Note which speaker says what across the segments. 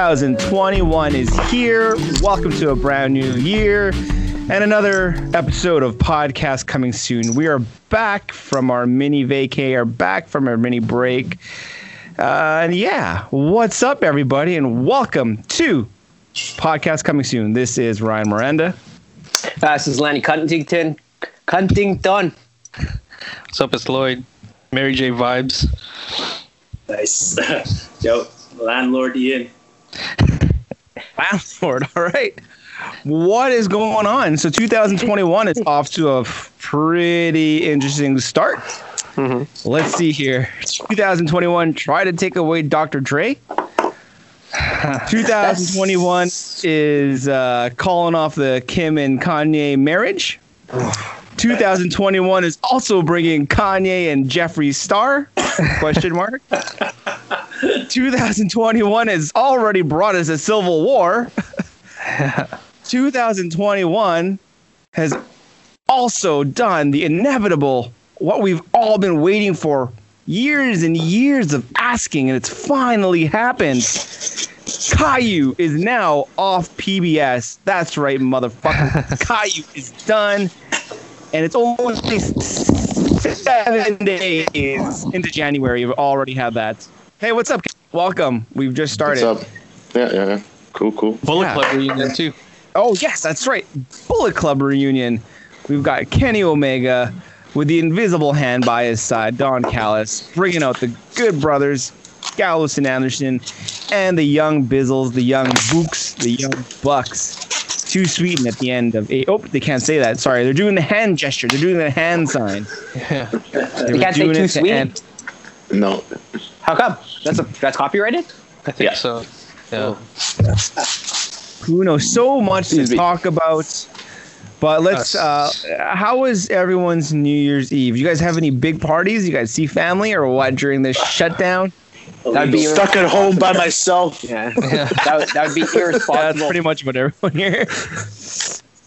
Speaker 1: 2021 is here. Welcome to a brand new year and another episode of podcast coming soon. We are back from our mini vacay, are back from our mini break. Uh, and yeah, what's up, everybody, and welcome to podcast coming soon. This is Ryan Miranda.
Speaker 2: Uh, this is Lanny Cuntington. Cuntington.
Speaker 3: What's up? It's Lloyd. Mary J. Vibes.
Speaker 4: Nice. Yo, landlord Ian.
Speaker 1: Landlord, all right. What is going on? So 2021 is off to a pretty interesting start. Mm-hmm. Let's see here. 2021, try to take away Dr. Dre. 2021 is uh, calling off the Kim and Kanye marriage. 2021 is also bringing Kanye and Jeffree Star? Question mark. 2021 has already brought us a civil war. 2021 has also done the inevitable, what we've all been waiting for years and years of asking, and it's finally happened. Caillou is now off PBS. That's right, motherfucker. Caillou is done and it's only seven days into January. You've already had that. Hey, what's up? Welcome. We've just started.
Speaker 5: What's up? Yeah, yeah, yeah. Cool, cool.
Speaker 3: Bullet
Speaker 1: Yeah.
Speaker 3: Club reunion too.
Speaker 1: Oh yes, that's right. Bullet Club reunion. We've got Kenny Omega with the invisible hand by his side, Don Callis, bringing out the good brothers, Gallows and Anderson, and the young Bizzles, the young Books, the young Bucks. Too sweet and at the end of eight. Oh, they can't say that. Sorry, they're doing the hand gesture. They're doing the hand sign.
Speaker 3: Yeah.
Speaker 1: They were
Speaker 2: can't say
Speaker 1: doing
Speaker 2: too
Speaker 1: it to
Speaker 2: sweet?
Speaker 1: end-
Speaker 5: No.
Speaker 2: How come? That's a, that's copyrighted.
Speaker 3: I think
Speaker 5: Yeah.
Speaker 3: so. Yeah.
Speaker 1: Who knows? So much to
Speaker 5: Excuse me.
Speaker 1: talk about. But let's. Uh,
Speaker 3: Us.
Speaker 1: how was everyone's New Year's Eve? You guys have any big parties? You guys see family or what during
Speaker 2: Uh,
Speaker 1: this shutdown?
Speaker 2: That'd be
Speaker 4: stuck at home by myself.
Speaker 2: Yeah. that, would, that would be irresponsible.
Speaker 1: Yeah, that's pretty much what everyone here.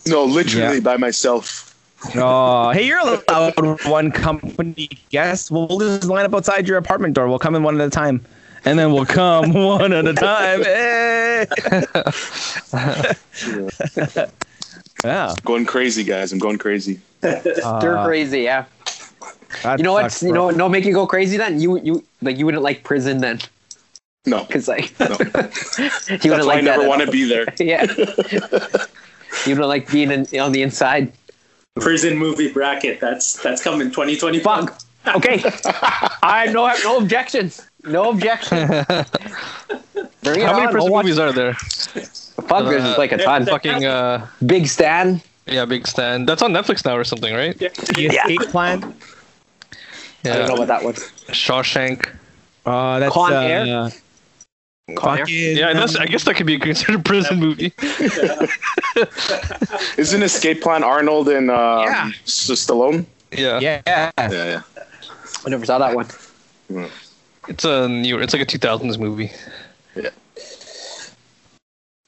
Speaker 5: No, literally
Speaker 1: Yeah.
Speaker 5: by myself.
Speaker 1: oh, hey, you're allowed one company guest. We'll, we'll just line up outside your apartment door. We'll come in one at a time, and then we'll come one at a time. Hey. yeah,
Speaker 5: Going crazy, guys. I'm going crazy.
Speaker 2: They're
Speaker 1: Uh,
Speaker 2: crazy. Yeah.
Speaker 1: that
Speaker 2: You know what?
Speaker 1: sucks,
Speaker 2: You know
Speaker 1: bro.
Speaker 2: what? No, make you go crazy. Then you you like you wouldn't like prison then,
Speaker 5: No.
Speaker 2: because like
Speaker 5: No.
Speaker 2: you wouldn't
Speaker 5: That's why
Speaker 2: like
Speaker 5: I
Speaker 2: that
Speaker 5: never
Speaker 2: at
Speaker 5: want
Speaker 2: all.
Speaker 5: to be there.
Speaker 2: Yeah. you don't like being in, on the inside.
Speaker 4: Prison movie bracket. That's that's coming 2020.
Speaker 2: Fuck. Okay. I no have no objections. No objections. Bring it
Speaker 3: How
Speaker 2: on.
Speaker 3: many prison
Speaker 2: We'll watch-
Speaker 3: movies are there?
Speaker 2: Fuck, there's just like a ton. Fuck.
Speaker 3: Fucking uh,
Speaker 2: Big Stan.
Speaker 3: yeah, Big Stan. That's on Netflix now or something, right?
Speaker 4: Yeah.
Speaker 1: The escape plan.
Speaker 2: I don't know
Speaker 3: Yeah.
Speaker 2: what that was.
Speaker 3: Shawshank.
Speaker 1: Uh, that's
Speaker 2: Con
Speaker 1: uh,
Speaker 2: Air? Con Air?
Speaker 1: fucking-
Speaker 3: Yeah, that's, I guess that could be considered a prison movie.
Speaker 5: Isn't Escape Plan Arnold and uh,
Speaker 1: Yeah.
Speaker 5: S- Stallone?
Speaker 3: Yeah.
Speaker 1: yeah.
Speaker 5: Yeah, yeah.
Speaker 2: I never saw that one.
Speaker 3: It's a newer. It's like a 2000s movie.
Speaker 5: Yeah.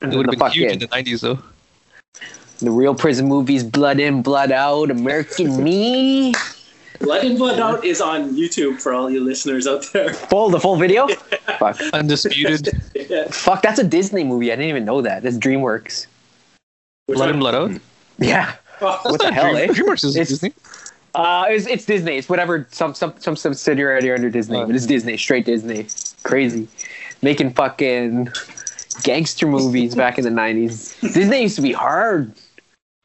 Speaker 3: It would
Speaker 2: The
Speaker 3: have been huge
Speaker 2: fucking-
Speaker 3: in the 90s though.
Speaker 2: The real prison movies, Blood In, Blood Out, American Me.
Speaker 4: Blood in Blood Out is on YouTube for all you listeners out there.
Speaker 2: Full the full video. Fuck.
Speaker 3: Undisputed.
Speaker 4: Yeah.
Speaker 2: Fuck, that's a Disney movie. I didn't even know that. That's DreamWorks.
Speaker 3: blood in, blood out.
Speaker 2: Yeah.
Speaker 4: Oh,
Speaker 2: What the hell, eh?
Speaker 3: DreamWorks is
Speaker 2: It's-
Speaker 3: Disney.
Speaker 2: Uh, it's, it's Disney. It's whatever some some some subsidiary under Disney, but it's Disney, straight Disney. Crazy, making fucking gangster movies back in the nineties. Disney used to be hard.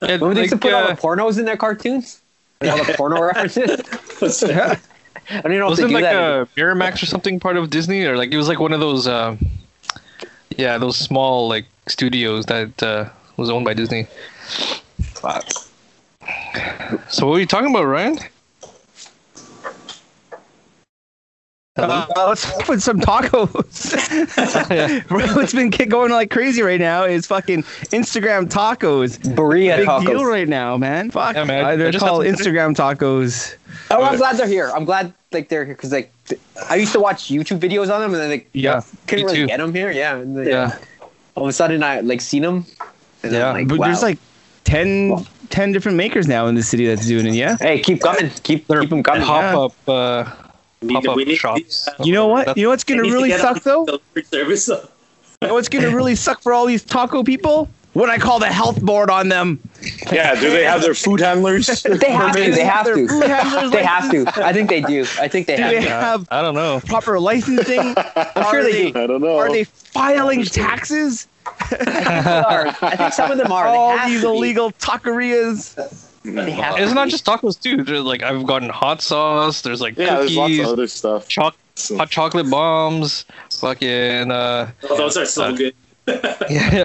Speaker 3: Yeah,
Speaker 2: Remember they used to
Speaker 3: like,
Speaker 2: put all
Speaker 3: uh,
Speaker 2: the pornos in their cartoons. Like, all the porno references.
Speaker 4: what's that?
Speaker 2: I don't even know if they
Speaker 3: wasn't
Speaker 2: do
Speaker 3: like
Speaker 2: that.
Speaker 3: a Miramax or something part of Disney or like it was like one of those uh, yeah those small like studios that uh, was owned by Disney. So what are you talking about, Ryan?
Speaker 1: Uh, let's open some tacos. Bro, it's been ki- going like crazy right now. Is fucking Instagram tacos.
Speaker 2: Berea
Speaker 1: Big
Speaker 2: tacos.
Speaker 1: deal right now, man. Fuck,
Speaker 3: Yeah, man, I-
Speaker 1: Uh,
Speaker 3: I
Speaker 1: they're
Speaker 3: just had
Speaker 1: called
Speaker 3: some-
Speaker 1: Instagram tacos.
Speaker 2: Oh, I'm glad they're here. I'm glad like they're here because like th- I used to watch YouTube videos on them and then like
Speaker 3: Yeah,
Speaker 2: couldn't
Speaker 3: me
Speaker 2: really
Speaker 3: too.
Speaker 2: get them here. Yeah, and, like,
Speaker 3: Yeah,
Speaker 2: All of a sudden I like seen them. And
Speaker 3: Yeah,
Speaker 2: I'm like,
Speaker 1: But
Speaker 2: wow.
Speaker 1: there's like 10,
Speaker 2: Wow.
Speaker 1: 10 different makers now in the city that's doing it. Yeah.
Speaker 2: hey, keep coming, keep keep them coming.
Speaker 3: pop up uh,
Speaker 4: We need
Speaker 3: pop
Speaker 4: to- we
Speaker 3: up
Speaker 4: need to-
Speaker 3: shops.
Speaker 1: You know what?
Speaker 3: That's-
Speaker 1: You know what's gonna
Speaker 4: We need to
Speaker 1: really
Speaker 4: get
Speaker 1: suck
Speaker 4: on
Speaker 1: though?
Speaker 4: delivery service.
Speaker 1: You know what's going to really suck for all these taco people? When I call the health board on them.
Speaker 5: Yeah, do they have their food handlers?
Speaker 2: They have to. They have
Speaker 1: Their food
Speaker 2: to.
Speaker 1: handlers
Speaker 2: they have to. I think they do. I think they
Speaker 1: Do
Speaker 2: have
Speaker 1: they
Speaker 2: to.
Speaker 1: have
Speaker 3: I don't know.
Speaker 1: proper licensing?
Speaker 5: I'm
Speaker 2: sure they
Speaker 5: I don't know.
Speaker 1: Are they filing taxes?
Speaker 2: Are. I think some of them are. They
Speaker 1: all
Speaker 2: have
Speaker 1: these
Speaker 2: to be.
Speaker 1: illegal taquerias.
Speaker 2: They have
Speaker 3: It's
Speaker 2: to
Speaker 3: not
Speaker 2: be.
Speaker 3: just tacos too. There's like I've gotten hot sauce. There's like
Speaker 5: Yeah, there's lots
Speaker 3: cookies,
Speaker 5: of other stuff.
Speaker 3: choc-
Speaker 5: So-
Speaker 3: hot chocolate bombs, fucking uh,
Speaker 4: Oh, those are so
Speaker 3: Uh,
Speaker 4: good.
Speaker 3: yeah,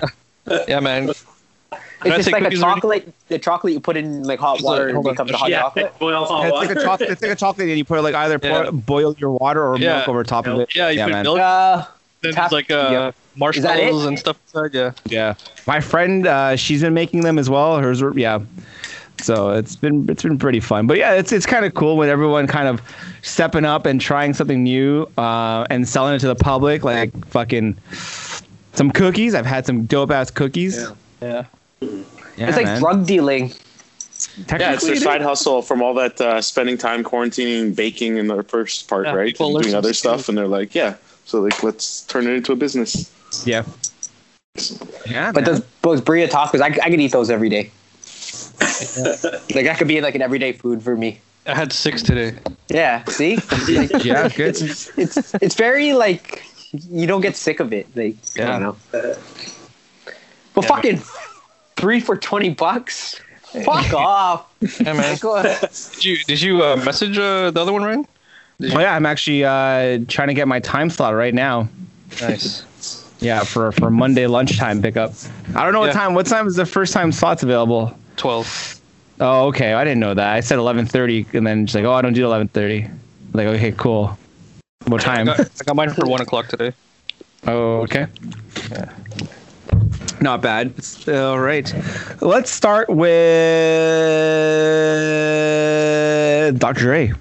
Speaker 3: yeah, man. Can I
Speaker 2: It's just
Speaker 3: say
Speaker 2: like a
Speaker 3: cookies already?
Speaker 2: chocolate. The chocolate you put in like hot
Speaker 3: Just, uh,
Speaker 2: water and
Speaker 3: hold on.
Speaker 2: becomes a hot
Speaker 4: yeah,
Speaker 2: chocolate.
Speaker 4: boil hot
Speaker 1: It's
Speaker 4: water.
Speaker 1: like a chocolate. It's like a chocolate, and you put like either pour,
Speaker 3: Oh, Yeah.
Speaker 1: boil your water or
Speaker 3: Yeah.
Speaker 1: milk over top of it.
Speaker 3: Yeah, you put
Speaker 1: man.
Speaker 3: milk.
Speaker 2: Uh,
Speaker 3: Then
Speaker 2: Tap-
Speaker 3: there's like uh,
Speaker 2: Yep. Is
Speaker 3: marshmallows
Speaker 2: that
Speaker 3: and stuff inside. Yeah,
Speaker 1: Yeah, my friend, uh, she's been making them as well. Hers, were, yeah. So it's been it's been pretty fun, but yeah, it's it's kind of cool when everyone kind of stepping up and trying something new uh, and selling it to the public, like fucking some cookies. I've had some dope ass cookies. Yeah,
Speaker 2: yeah.
Speaker 1: it's
Speaker 2: it's like drug dealing.
Speaker 5: Yeah, it's their side hustle from all that uh, spending time quarantining, baking in their first part,
Speaker 3: Yeah,
Speaker 5: right?
Speaker 3: people
Speaker 5: And
Speaker 3: learn
Speaker 5: doing
Speaker 3: some
Speaker 5: other
Speaker 3: skills.
Speaker 5: stuff, and they're like, yeah. So like, let's turn it into a business.
Speaker 1: yeah, yeah.
Speaker 2: But
Speaker 1: man.
Speaker 2: those those burrito tacos, I, I could eat those every day. like that could be like an everyday food for me.
Speaker 3: I had six today.
Speaker 2: Yeah. See, Like,
Speaker 1: yeah, good.
Speaker 2: it's it's very like you don't get sick of it. Like I
Speaker 1: Yeah.
Speaker 2: don't know. But
Speaker 3: Yeah.
Speaker 2: fucking three for twenty bucks. Fuck off.
Speaker 3: Yeah, man. Did you did you uh, message uh, the other one, Ryan?
Speaker 1: Oh yeah, I'm actually uh, trying to get my time slot right now.
Speaker 3: Nice.
Speaker 1: Yeah, for for Monday lunchtime pickup. I don't know what
Speaker 3: Yeah.
Speaker 1: time. What time is the first time slots available?
Speaker 3: Twelve.
Speaker 1: Oh, okay. I didn't know that. I said 11:30, and then she's like, "Oh, I don't do 11:30." Like, okay, cool. What
Speaker 3: I
Speaker 1: time?
Speaker 3: got, I got mine for one o'clock today.
Speaker 1: Oh, okay. Not bad. All right. Let's start with Dr. Dre.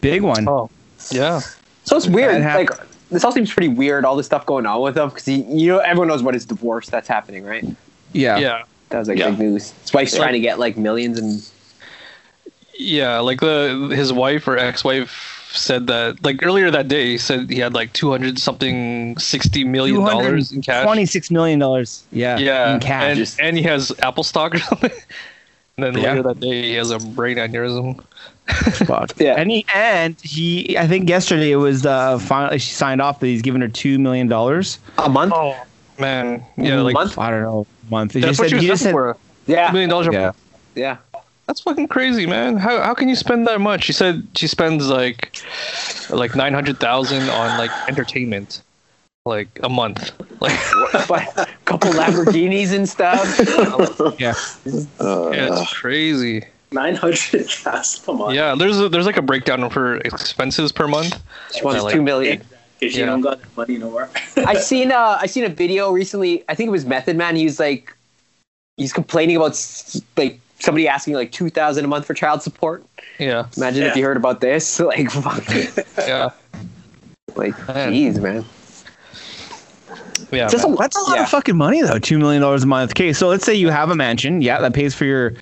Speaker 1: Big one.
Speaker 3: Oh, yeah.
Speaker 2: So it's weird.
Speaker 1: That hap-
Speaker 2: Like this all seems pretty weird. All this stuff going on with him because you know everyone knows what his divorce that's happening, right?
Speaker 1: Yeah.
Speaker 3: Yeah.
Speaker 2: That was like
Speaker 5: Yeah.
Speaker 2: big news. His wife's trying to get like millions and
Speaker 3: Yeah, like the his wife or ex-wife said that like earlier that day he said he had like 200 something 60 million dollars in cash.
Speaker 1: 26 million dollars. Yeah.
Speaker 3: yeah.
Speaker 1: In cash.
Speaker 3: And, and he has Apple stock or something. And then
Speaker 1: Yeah.
Speaker 3: later that day he has a brain aneurysm.
Speaker 1: Fuck.
Speaker 2: Yeah.
Speaker 1: And he and he I think yesterday it was uh finally she signed off that he's giving her two million dollars.
Speaker 2: a month.
Speaker 3: Oh, man.
Speaker 2: A
Speaker 3: Yeah, like
Speaker 2: month?
Speaker 1: I don't know month. He
Speaker 3: that's
Speaker 1: just said-
Speaker 3: what she was
Speaker 1: he just said-
Speaker 3: looking for.
Speaker 2: Yeah,
Speaker 3: $2 million dollars.
Speaker 1: Yeah.
Speaker 2: yeah.
Speaker 3: That's fucking crazy, man. How how can you spend that much? She said she spends like like 900,000 on like entertainment like a month. Like
Speaker 2: But a couple Lamborghinis and stuff.
Speaker 1: Yeah.
Speaker 5: Uh,
Speaker 3: yeah, it's crazy.
Speaker 4: Nine hundred cast. Come on.
Speaker 3: Yeah, there's a, there's like a breakdown of her expenses per month.
Speaker 2: She wants
Speaker 3: Yeah, like-
Speaker 2: two million.
Speaker 4: Because you
Speaker 3: Yeah.
Speaker 4: don't got that money no more.
Speaker 2: I seen uh, I seen a video recently. I think it was Method Man. He was like, he's complaining about s- like somebody asking like two thousand a month for child support.
Speaker 3: Yeah,
Speaker 2: Imagine if
Speaker 4: Yeah.
Speaker 2: you heard about this. Like, fuck.
Speaker 3: yeah,
Speaker 2: like,
Speaker 3: Man.
Speaker 2: jeez, man.
Speaker 3: yeah.
Speaker 2: Just
Speaker 3: man.
Speaker 2: a-
Speaker 1: That's a lot
Speaker 2: yeah.
Speaker 1: of fucking money though, two million dollars a month. Okay, so let's say you have a mansion, yeah, that pays for your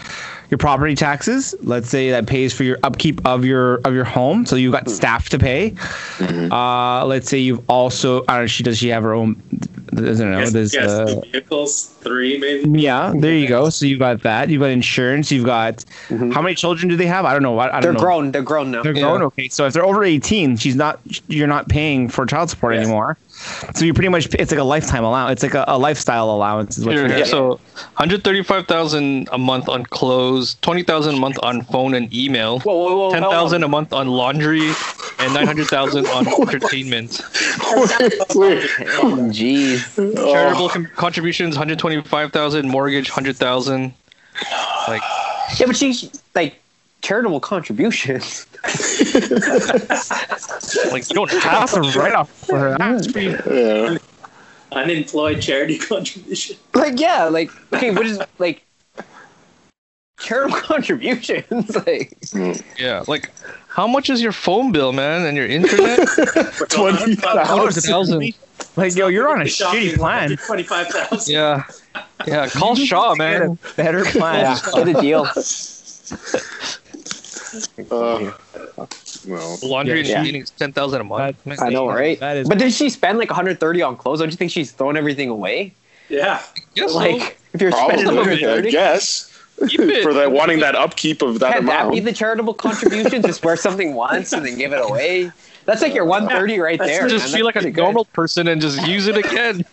Speaker 1: your property taxes. Let's say that pays for your upkeep of your of your home. So you've got
Speaker 2: Hmm.
Speaker 1: staff to pay.
Speaker 2: Mm-hmm.
Speaker 1: Uh, let's say you've also I don't know, she does she have her own doesn't know.
Speaker 4: Yes,
Speaker 1: There's
Speaker 4: yes,
Speaker 1: uh,
Speaker 4: two vehicles, three maybe.
Speaker 1: Yeah, there you go. So you've got that. You've got insurance. You've got
Speaker 2: Mhm.
Speaker 1: how many children do they have? I don't know. I, I don't
Speaker 2: They're
Speaker 1: know.
Speaker 2: grown. They're grown now.
Speaker 1: They're
Speaker 3: Yeah.
Speaker 1: grown. Okay, so if they're over eighteen, she's not. You're not paying for child support
Speaker 4: Yeah.
Speaker 1: anymore. So you pretty much. It's like a lifetime allowance. It's like a, a lifestyle allowance. Is what
Speaker 3: Here,
Speaker 1: you're
Speaker 3: here,
Speaker 1: getting.
Speaker 3: So, hundred thirty-five thousand a month on clothes, twenty thousand a month on phone and email,
Speaker 2: Whoa, whoa, whoa!
Speaker 3: ten
Speaker 2: hold on.
Speaker 3: thousand a month on laundry, and nine hundred thousand on entertainment.
Speaker 2: Oh, Jeez.
Speaker 3: Charitable con- contributions, hundred twenty-five thousand. Mortgage, hundred thousand. Like,
Speaker 2: Yeah, but she like charitable contributions.
Speaker 3: like you don't have
Speaker 1: That's a write off for her. That's pretty-
Speaker 5: yeah.
Speaker 4: Unemployed charity contribution.
Speaker 2: Like, yeah, like okay, what is like charitable contributions? Like,
Speaker 3: yeah. Like, how much is your phone bill, man, and your internet?
Speaker 5: Twenty
Speaker 1: Dollars
Speaker 5: thousand.
Speaker 1: a thousand. Like yo, you're on a shitty plan.
Speaker 4: Twenty-five thousand.
Speaker 3: yeah, yeah. Call Shaw, man.
Speaker 1: Better plan.
Speaker 2: yeah, get a deal.
Speaker 5: Uh, no.
Speaker 3: Laundry
Speaker 2: Yeah.
Speaker 3: and cleaning is ten thousand a month. Man,
Speaker 2: I know, right?
Speaker 1: That is-
Speaker 2: But did she spend like 130 on clothes? Don't you think she's throwing everything away?
Speaker 4: Yeah.
Speaker 3: Yes,
Speaker 2: Like, if you're spending
Speaker 5: Probably, I
Speaker 2: 130,
Speaker 5: guess.
Speaker 3: Keep it.
Speaker 5: For that wanting that upkeep of that
Speaker 2: can that be
Speaker 5: amount.
Speaker 2: the charitable contribution? just wear something once and then give it away. That's like your 130 right
Speaker 4: That's
Speaker 2: there.
Speaker 3: just
Speaker 2: man.
Speaker 3: feel like
Speaker 2: That's
Speaker 3: a
Speaker 2: pretty good.
Speaker 3: normal person and just use it again.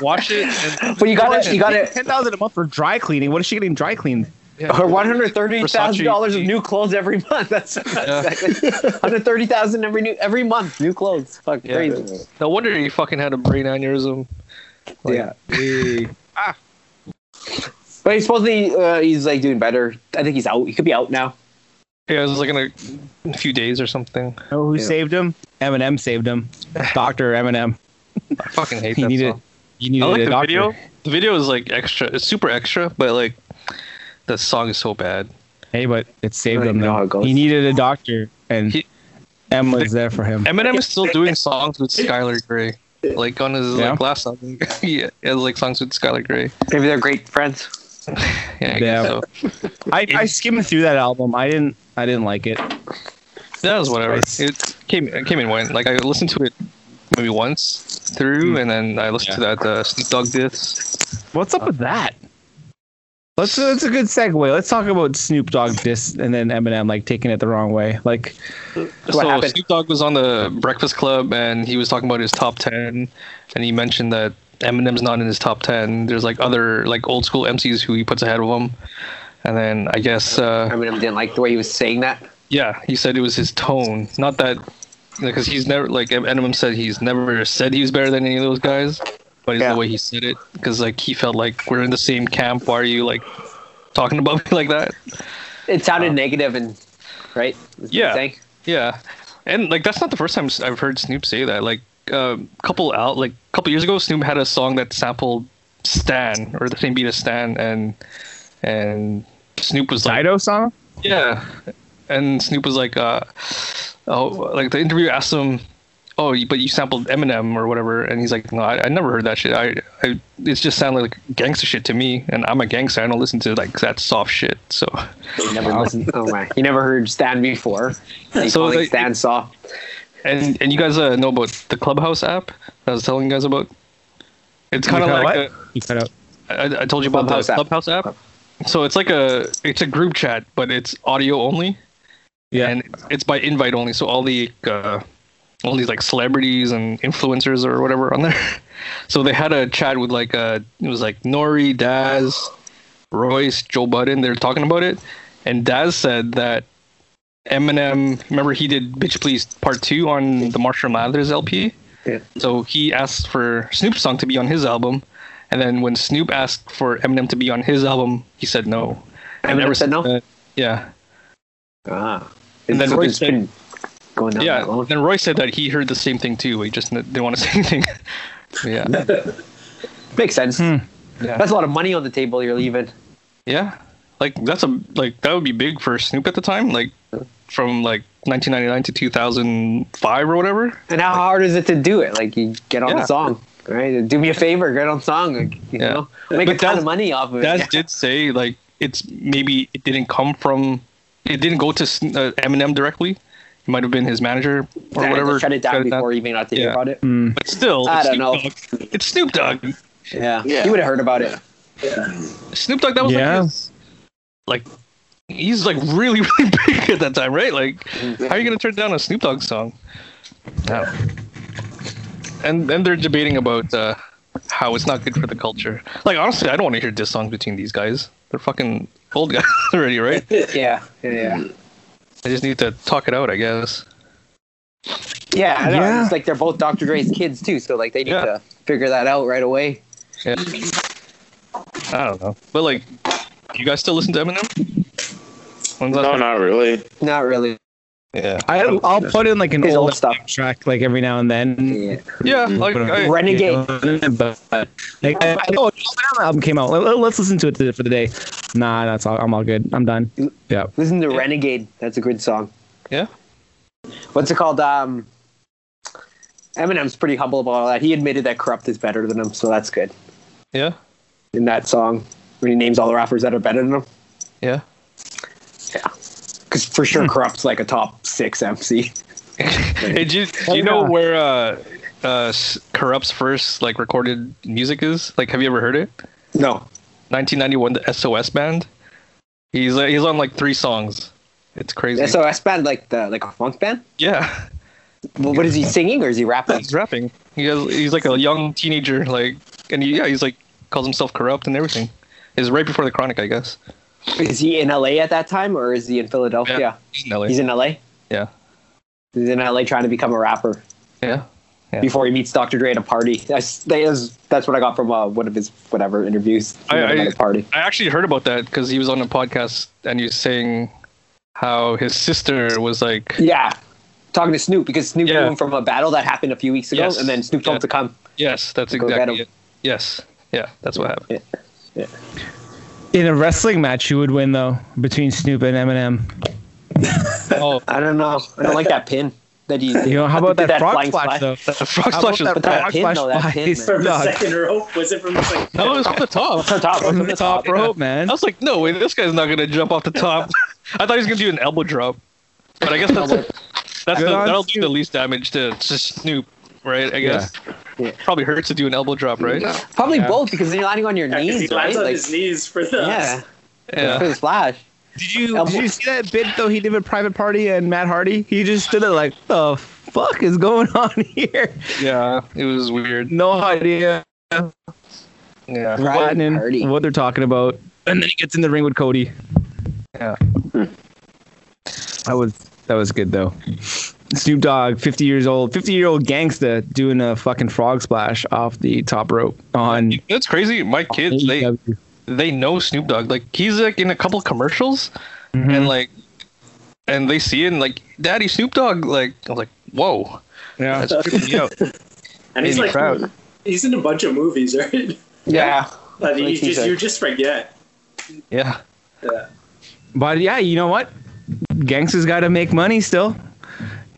Speaker 3: Wash it. And
Speaker 2: But you gotta, you gotta.
Speaker 1: ten thousand a month for dry cleaning. What is she getting dry cleaned?
Speaker 3: Yeah.
Speaker 2: Her one hundred thirty thousand dollars of
Speaker 3: Versace.
Speaker 2: new clothes every month. That's exactly one hundred thirty thousand every new every month. New clothes. Fuck
Speaker 3: Yeah.
Speaker 2: crazy.
Speaker 3: No wonder you fucking had a brain aneurysm. Like,
Speaker 2: yeah. But he's supposedly uh, he's like doing better. I think he's out. He could be out now.
Speaker 3: Yeah, it was like in a, in a few days or something.
Speaker 1: You know who
Speaker 2: Yeah.
Speaker 1: saved him? Eminem saved him. Doctor Eminem.
Speaker 3: I fucking hate
Speaker 1: He
Speaker 3: that
Speaker 1: needed.
Speaker 3: song.
Speaker 1: You needed
Speaker 3: I like
Speaker 1: a
Speaker 3: the
Speaker 1: doctor.
Speaker 3: video. The video is like extra. It's super extra, but like the song is so bad.
Speaker 1: Hey, but it saved
Speaker 2: I don't
Speaker 1: him.
Speaker 2: even know
Speaker 1: though.
Speaker 2: how it goes.
Speaker 1: He needed a doctor, and
Speaker 3: He-
Speaker 1: Em was there for him.
Speaker 3: Eminem is still doing songs with Skylar Grey. Like on his
Speaker 1: Yeah.
Speaker 3: like last album, yeah, he has like songs with Skylar Grey.
Speaker 2: Maybe they're great friends.
Speaker 3: Yeah, I
Speaker 1: Yeah.
Speaker 3: guess so.
Speaker 1: I, I skimmed through that album. I didn't. I didn't like it.
Speaker 3: That was whatever.
Speaker 1: Nice.
Speaker 3: It came it came and went. Like I listened to it maybe once
Speaker 1: Hmm.
Speaker 3: through, and then I listened to that uh, Snoop Dogg diss.
Speaker 1: What's up with that? Uh, Let's. That's a good segue. Let's talk about Snoop Dogg diss and then Eminem like taking it the wrong way. Like
Speaker 3: so
Speaker 2: happened?
Speaker 3: Snoop Dogg was on the Breakfast Club, and he was talking about his top ten, and he mentioned that Eminem's not in his top ten. There's like other like old school MCs who he puts ahead of him, and then I guess uh,
Speaker 2: Eminem didn't like the way he was saying that.
Speaker 3: yeah, he said it was his tone, not that because he's never like Eminem said he's never said he was better than any of those guys, but it's
Speaker 2: Yeah.
Speaker 3: the way he said it because like he felt like we're in the same camp. Why are you like talking about me like that?
Speaker 2: It sounded negative and right. Is what
Speaker 3: Yeah.
Speaker 2: you're saying?
Speaker 3: Yeah, and like that's not the first time s- I've heard Snoop say that. Like a couple out, like couple years ago, Snoop had a song that sampled Stan or the same beat as Stan, and and Snoop was like,
Speaker 1: Dido song.
Speaker 3: yeah, and Snoop was like, uh, oh, like the interview asked him, oh, but you sampled Eminem or whatever, and he's like, no, I, I never heard that shit. I, I, it's just sounded like gangster shit to me, and I'm a gangster. I don't listen to like that soft shit. So,
Speaker 2: You never listened. Oh my! You never heard Stan before. You
Speaker 3: So
Speaker 2: so
Speaker 3: they-
Speaker 2: like Stan saw.
Speaker 3: and and you guys uh, know about the Clubhouse app that I was telling you guys about. It's kind of
Speaker 1: You cut
Speaker 3: like.
Speaker 1: what?
Speaker 3: A,
Speaker 1: You cut out.
Speaker 3: I, I told you about
Speaker 2: Clubhouse
Speaker 3: the
Speaker 2: app.
Speaker 3: Clubhouse app. So it's like a it's a group chat, but it's audio only,
Speaker 1: Yeah.
Speaker 3: and it's by invite only. So all the uh, all these like celebrities and influencers or whatever on there. so they had a chat with like uh it was like Nori, Daz, Royce, Joe Budden. They're talking about it, and Daz said that Eminem. Remember he did "Bitch Please" part two on the Marshall Mathers LP.
Speaker 2: Yeah.
Speaker 3: So he asked for Snoop's song to be on his album, and then when Snoop asked for Eminem to be on his album, he said no.
Speaker 2: Eminem
Speaker 3: ever
Speaker 2: said
Speaker 3: since
Speaker 2: no?
Speaker 3: then- yeah,
Speaker 2: Ah.
Speaker 3: And
Speaker 2: And
Speaker 3: then
Speaker 2: then
Speaker 3: Roy
Speaker 2: it's
Speaker 3: said-
Speaker 2: been going down
Speaker 3: yeah.
Speaker 2: that long.
Speaker 3: Then Roy said that he heard the same thing too. He just n- didn't want to say anything. yeah,
Speaker 2: Makes sense.
Speaker 1: Hmm.
Speaker 3: Yeah.
Speaker 2: That's a lot of money on the table you're leaving.
Speaker 3: yeah. Like that's a like that would be big for Snoop at the time. Like from like 1999 to 2005 or whatever.
Speaker 2: And how hard is it to do it? Like you get on
Speaker 3: Yeah.
Speaker 2: the song, right? Do me a favor, get on song. Like, you
Speaker 3: Yeah.
Speaker 2: know, make
Speaker 3: But
Speaker 2: a ton
Speaker 3: Daz-
Speaker 2: of money off of it.
Speaker 3: Daz
Speaker 2: Yeah.
Speaker 3: did say like it's maybe it didn't come from it didn't go to Sn- uh, Eminem directly. It might have been his manager or
Speaker 2: Yeah,
Speaker 3: whatever.
Speaker 2: Shut it down before you may not to hear
Speaker 3: Yeah. Hmm.
Speaker 2: about it.
Speaker 1: Mm.
Speaker 3: But still,
Speaker 2: I
Speaker 3: it's
Speaker 2: don't
Speaker 3: Snoop
Speaker 2: know.
Speaker 3: Dogg. It's Snoop Dogg.
Speaker 2: Yeah,
Speaker 5: Yeah.
Speaker 2: you would have heard about it.
Speaker 3: Snoop Dogg. That was
Speaker 1: Yeah.
Speaker 3: like, his, like he's like really really big at that time, right? Like, how are you gonna turn down a Snoop Dogg song? No. And then they're debating about uh, how it's not good for the culture. Like honestly, I don't want to hear diss songs between these guys. They're fucking old guys already, right?
Speaker 2: Yeah, yeah, yeah.
Speaker 3: I just need to talk it out, I guess.
Speaker 2: Yeah, I know.
Speaker 1: Yeah.
Speaker 2: It's like they're both Dr. Dre's kids too, so like they need
Speaker 3: Yeah.
Speaker 2: to figure that out right away.
Speaker 3: Yeah. I don't know. But like, you guys still listen to Eminem? When's the
Speaker 5: No,
Speaker 3: last time-
Speaker 5: not really.
Speaker 2: Not really.
Speaker 3: Yeah.
Speaker 1: I, I'll put in like an
Speaker 2: His
Speaker 1: old,
Speaker 2: old stuff.
Speaker 1: track like every now and then.
Speaker 2: Yeah.
Speaker 3: Yeah. Like, I,
Speaker 2: Renegade.
Speaker 1: You know, but like, I, I, oh, the album came out. Let, us listen to it to- for the day. Nah, that's all. I'm all good. I'm done. Yeah.
Speaker 2: Listen to Renegade. That's a good song.
Speaker 3: Yeah.
Speaker 2: What's it called? Um, Eminem's pretty humble about all that. He admitted that corrupt is better than him, so that's good.
Speaker 3: yeah.
Speaker 2: in that song when he names all the rappers that are better than him.
Speaker 3: Yeah.
Speaker 2: Yeah. because for sure Corrupt's like a top six MC.
Speaker 3: Hey, do you, do you know where uh, uh, Corrupt's first like recorded music is? Like, have you ever heard it?
Speaker 2: No,
Speaker 3: 1991, the SOS band. He's uh, he's on like three songs. It's crazy.
Speaker 2: the SOS band like the like a funk band.
Speaker 3: yeah,
Speaker 2: Well, what is he singing or is he rapping?
Speaker 3: he's rapping. He has, he's like a young teenager, like, and he, yeah, he's like calls himself corrupt and everything. Is right before the Chronic, I guess.
Speaker 2: Is he in LA at that time or is he in Philadelphia?
Speaker 3: He's in LA.
Speaker 2: He's in LA.
Speaker 3: yeah,
Speaker 2: He's in LA trying to become a rapper
Speaker 3: yeah. Yeah.
Speaker 2: before he meets Dr. Dre at a party. That's that is, that's what I got from uh, one of his whatever interviews.
Speaker 3: I- I-
Speaker 2: At a party.
Speaker 3: I actually heard about that because he was on a podcast and he was saying how his sister was like,
Speaker 2: Yeah. Talking to Snoop because Snoop
Speaker 3: Yeah.
Speaker 2: knew him from a battle that happened a few weeks ago,
Speaker 3: Yes.
Speaker 2: and then Snoop told
Speaker 3: Yeah.
Speaker 2: him to come.
Speaker 3: yes, that's
Speaker 2: Go get
Speaker 3: exactly
Speaker 2: him.
Speaker 3: it. Yes, yeah, that's what happened.
Speaker 1: In a wrestling match, who would win though between Snoop and Eminem?
Speaker 3: Oh,
Speaker 2: I don't know. I don't like that pin that he.
Speaker 1: You know, how about that, frog splash though?
Speaker 3: the frog
Speaker 1: How about
Speaker 3: splash is
Speaker 1: that
Speaker 2: But that
Speaker 1: frog
Speaker 2: pin,
Speaker 1: splash
Speaker 2: though, that
Speaker 1: by
Speaker 2: pin, man.
Speaker 4: From the
Speaker 1: Doug?
Speaker 4: second row? Was it from the second
Speaker 3: that was from the top.
Speaker 2: From the top,
Speaker 1: from the top rope, man.
Speaker 3: I was like, no way, this guy's not gonna jump off the top. I thought he was gonna do an elbow drop, but I guess that's that's the,
Speaker 1: Good on
Speaker 3: that'll do
Speaker 1: Snoop.
Speaker 3: the least damage to, to Snoop, right? I guess
Speaker 2: Yeah.
Speaker 3: probably hurts to do an elbow drop, right? Yeah,
Speaker 2: Probably both because then you're landing on your
Speaker 4: Yeah, 'cause
Speaker 2: knees,
Speaker 4: he
Speaker 2: right?
Speaker 4: lands on
Speaker 2: Like,
Speaker 4: his knees uh, for the.
Speaker 2: yeah, for the splash.
Speaker 1: Did you
Speaker 2: Elbow-
Speaker 1: did you see that bit though? He did with Private Party and Matt Hardy. He just stood there like, the fuck is going on here?
Speaker 3: yeah. It was weird.
Speaker 1: No idea
Speaker 3: Yeah,
Speaker 1: what,
Speaker 2: Private Party.
Speaker 1: what they're talking about. And then he gets in the ring with Cody.
Speaker 3: yeah.
Speaker 1: That was that was good though. Snoop Dogg, fifty years old, fifty year old gangsta doing a fucking frog splash off the top rope on E
Speaker 3: That's crazy. My kids, they
Speaker 1: AEW.
Speaker 3: they know Snoop Dogg. Like he's like in a couple commercials,
Speaker 1: Mm-hmm.
Speaker 3: and like, and they see it and like, Daddy Snoop Dogg. Like I was like, whoa,
Speaker 1: Yeah.
Speaker 3: that's freaking me out.
Speaker 4: And he's
Speaker 3: In the
Speaker 4: like,
Speaker 3: crowd.
Speaker 4: he's in a bunch of movies, right?
Speaker 2: Yeah,
Speaker 4: That you
Speaker 2: Like he
Speaker 4: just
Speaker 2: said.
Speaker 4: you just forget.
Speaker 3: Yeah,
Speaker 4: Yeah.
Speaker 1: But yeah, you know what? Gangsta's got to make money still.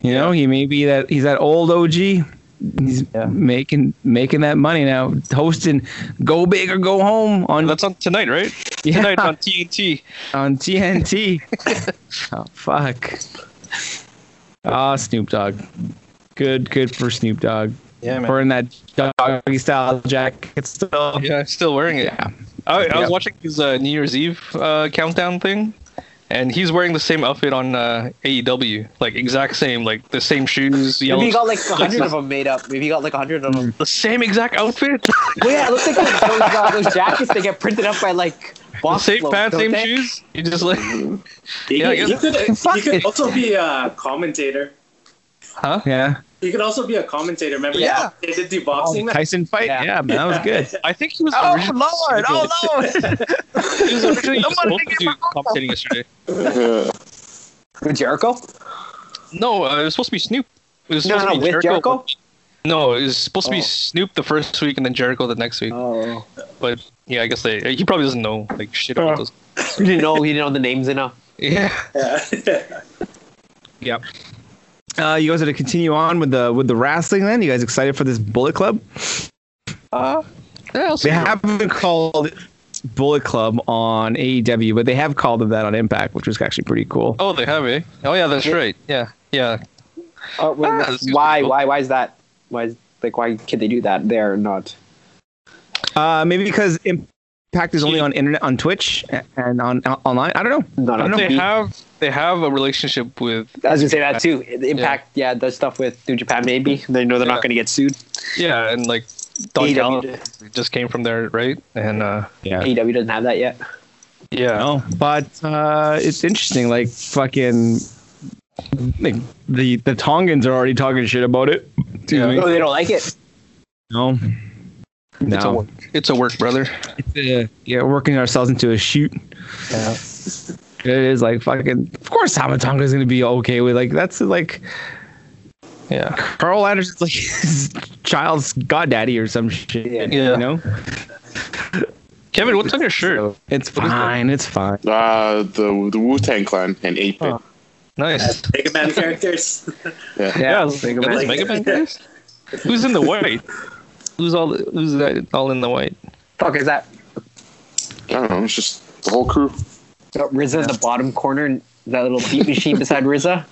Speaker 1: You know, he may be that he's that old OG. He's
Speaker 3: Yeah.
Speaker 1: making making that money now, hosting "Go Big or Go Home" on
Speaker 3: that's on tonight, right?
Speaker 1: yeah,
Speaker 3: Tonight on TNT.
Speaker 1: on TNT. oh fuck! Ah, Snoop Dogg. Good, good for Snoop Dogg.
Speaker 3: Yeah,
Speaker 1: Wearing that doggy style jacket still.
Speaker 3: Yeah, I'm still wearing it.
Speaker 1: Yeah.
Speaker 3: I, I
Speaker 1: Yeah.
Speaker 3: was watching his uh, New Year's Eve uh, countdown thing, and he's wearing the same outfit on uh, AEW, like exact same, like the same shoes,
Speaker 2: maybe
Speaker 3: yellow,
Speaker 2: he got like a hundred of them made up. Maybe he got like a hundred of them.
Speaker 3: the same exact outfit,
Speaker 2: Well, yeah, it looks like those, those, uh, those jackets they get printed up by like
Speaker 3: the
Speaker 2: box
Speaker 3: same
Speaker 2: floats,
Speaker 3: pants,
Speaker 2: don't
Speaker 3: same
Speaker 2: they?
Speaker 3: shoes. You just like,
Speaker 4: He,
Speaker 3: Yeah, I
Speaker 4: could, he
Speaker 3: guess-
Speaker 4: could, he
Speaker 1: Fuck
Speaker 4: could
Speaker 1: it.
Speaker 4: also be a commentator.
Speaker 3: huh?
Speaker 1: Yeah.
Speaker 4: He could also be a commentator. Remember,
Speaker 2: Yeah.
Speaker 4: they did the boxing match.
Speaker 1: Tyson fight.
Speaker 2: Yeah.
Speaker 1: Yeah. man, that was good.
Speaker 3: I think he was.
Speaker 1: oh
Speaker 3: originally-
Speaker 1: lord! Oh lord!
Speaker 3: he was originally just
Speaker 1: Somebody
Speaker 3: supposed to do commentating yesterday.
Speaker 2: With Jericho?
Speaker 3: No, uh, it was supposed to be Snoop. It was
Speaker 2: No,
Speaker 3: supposed
Speaker 2: no,
Speaker 3: to be
Speaker 2: with Jericho.
Speaker 3: No, it was supposed to
Speaker 2: Oh.
Speaker 3: be Snoop the first week and then Jericho the next week.
Speaker 2: Oh,
Speaker 3: But yeah, I guess they. He probably doesn't know like shit about those.
Speaker 2: he didn't know. He didn't know the names enough.
Speaker 3: Yeah.
Speaker 4: Yeah.
Speaker 1: Yep. Uh, you guys are to continue on with the with the wrestling. Then you guys excited for this Bullet Club?
Speaker 3: Yeah, I'll
Speaker 1: They
Speaker 3: see.
Speaker 1: haven't called it Bullet Club on AEW, but they have called them that on Impact, which was actually pretty cool.
Speaker 3: Oh, they have, eh? Oh, yeah, that's right. Yeah, yeah.
Speaker 2: Oh, wait,
Speaker 3: Ah, this is
Speaker 2: why?
Speaker 3: cool.
Speaker 2: Why? Why is that? Why? Is, like, why can they do that? They're not.
Speaker 1: Uh, maybe because Impact is only on internet on Twitch and on, on- online. I don't know.
Speaker 2: Not
Speaker 1: I
Speaker 2: on
Speaker 1: don't
Speaker 3: They
Speaker 2: TV.
Speaker 3: have they have a relationship with
Speaker 2: I was gonna say that too. The Impact, yeah, does stuff with New Japan maybe. They know they're
Speaker 3: Yeah.
Speaker 2: not gonna get sued.
Speaker 3: yeah, and like Don
Speaker 2: AEW
Speaker 3: Gallo just came from there, right? And uh,
Speaker 1: Yeah.
Speaker 2: AEW doesn't have that yet.
Speaker 3: yeah,
Speaker 1: No, but uh, it's interesting. Like fucking, like the the Tongans are already talking shit about it. Excuse
Speaker 3: Yeah.
Speaker 1: me.
Speaker 2: No, Oh, they don't like it.
Speaker 1: No. No.
Speaker 3: it's a work, it's a work, brother.
Speaker 1: yeah, yeah, working ourselves into a shoot.
Speaker 3: Yeah.
Speaker 1: It is like fucking. Of course, Tamatonga is gonna be okay with like that's like
Speaker 3: Yeah,
Speaker 1: Carl Anderson's like his child's goddaddy or some shit.
Speaker 2: Yeah.
Speaker 3: Yeah.
Speaker 1: you know,
Speaker 3: Kevin, what's on your shirt?
Speaker 1: So it's
Speaker 3: is that?
Speaker 1: fine. It's fine.
Speaker 5: Uh, the the Wu Tang Clan and Eight Bit.
Speaker 3: Oh. Nice.
Speaker 4: Mega Man characters.
Speaker 5: Yeah.
Speaker 3: Yeah, that's
Speaker 2: Mega
Speaker 3: that's
Speaker 2: Man.
Speaker 3: Mega Man guys? Who's in the white? Who's all who's that all in the white?
Speaker 2: Fuck is that?
Speaker 5: I don't know. It's just the whole crew.
Speaker 2: Riz in the bottom corner, That little beat machine beside RZA.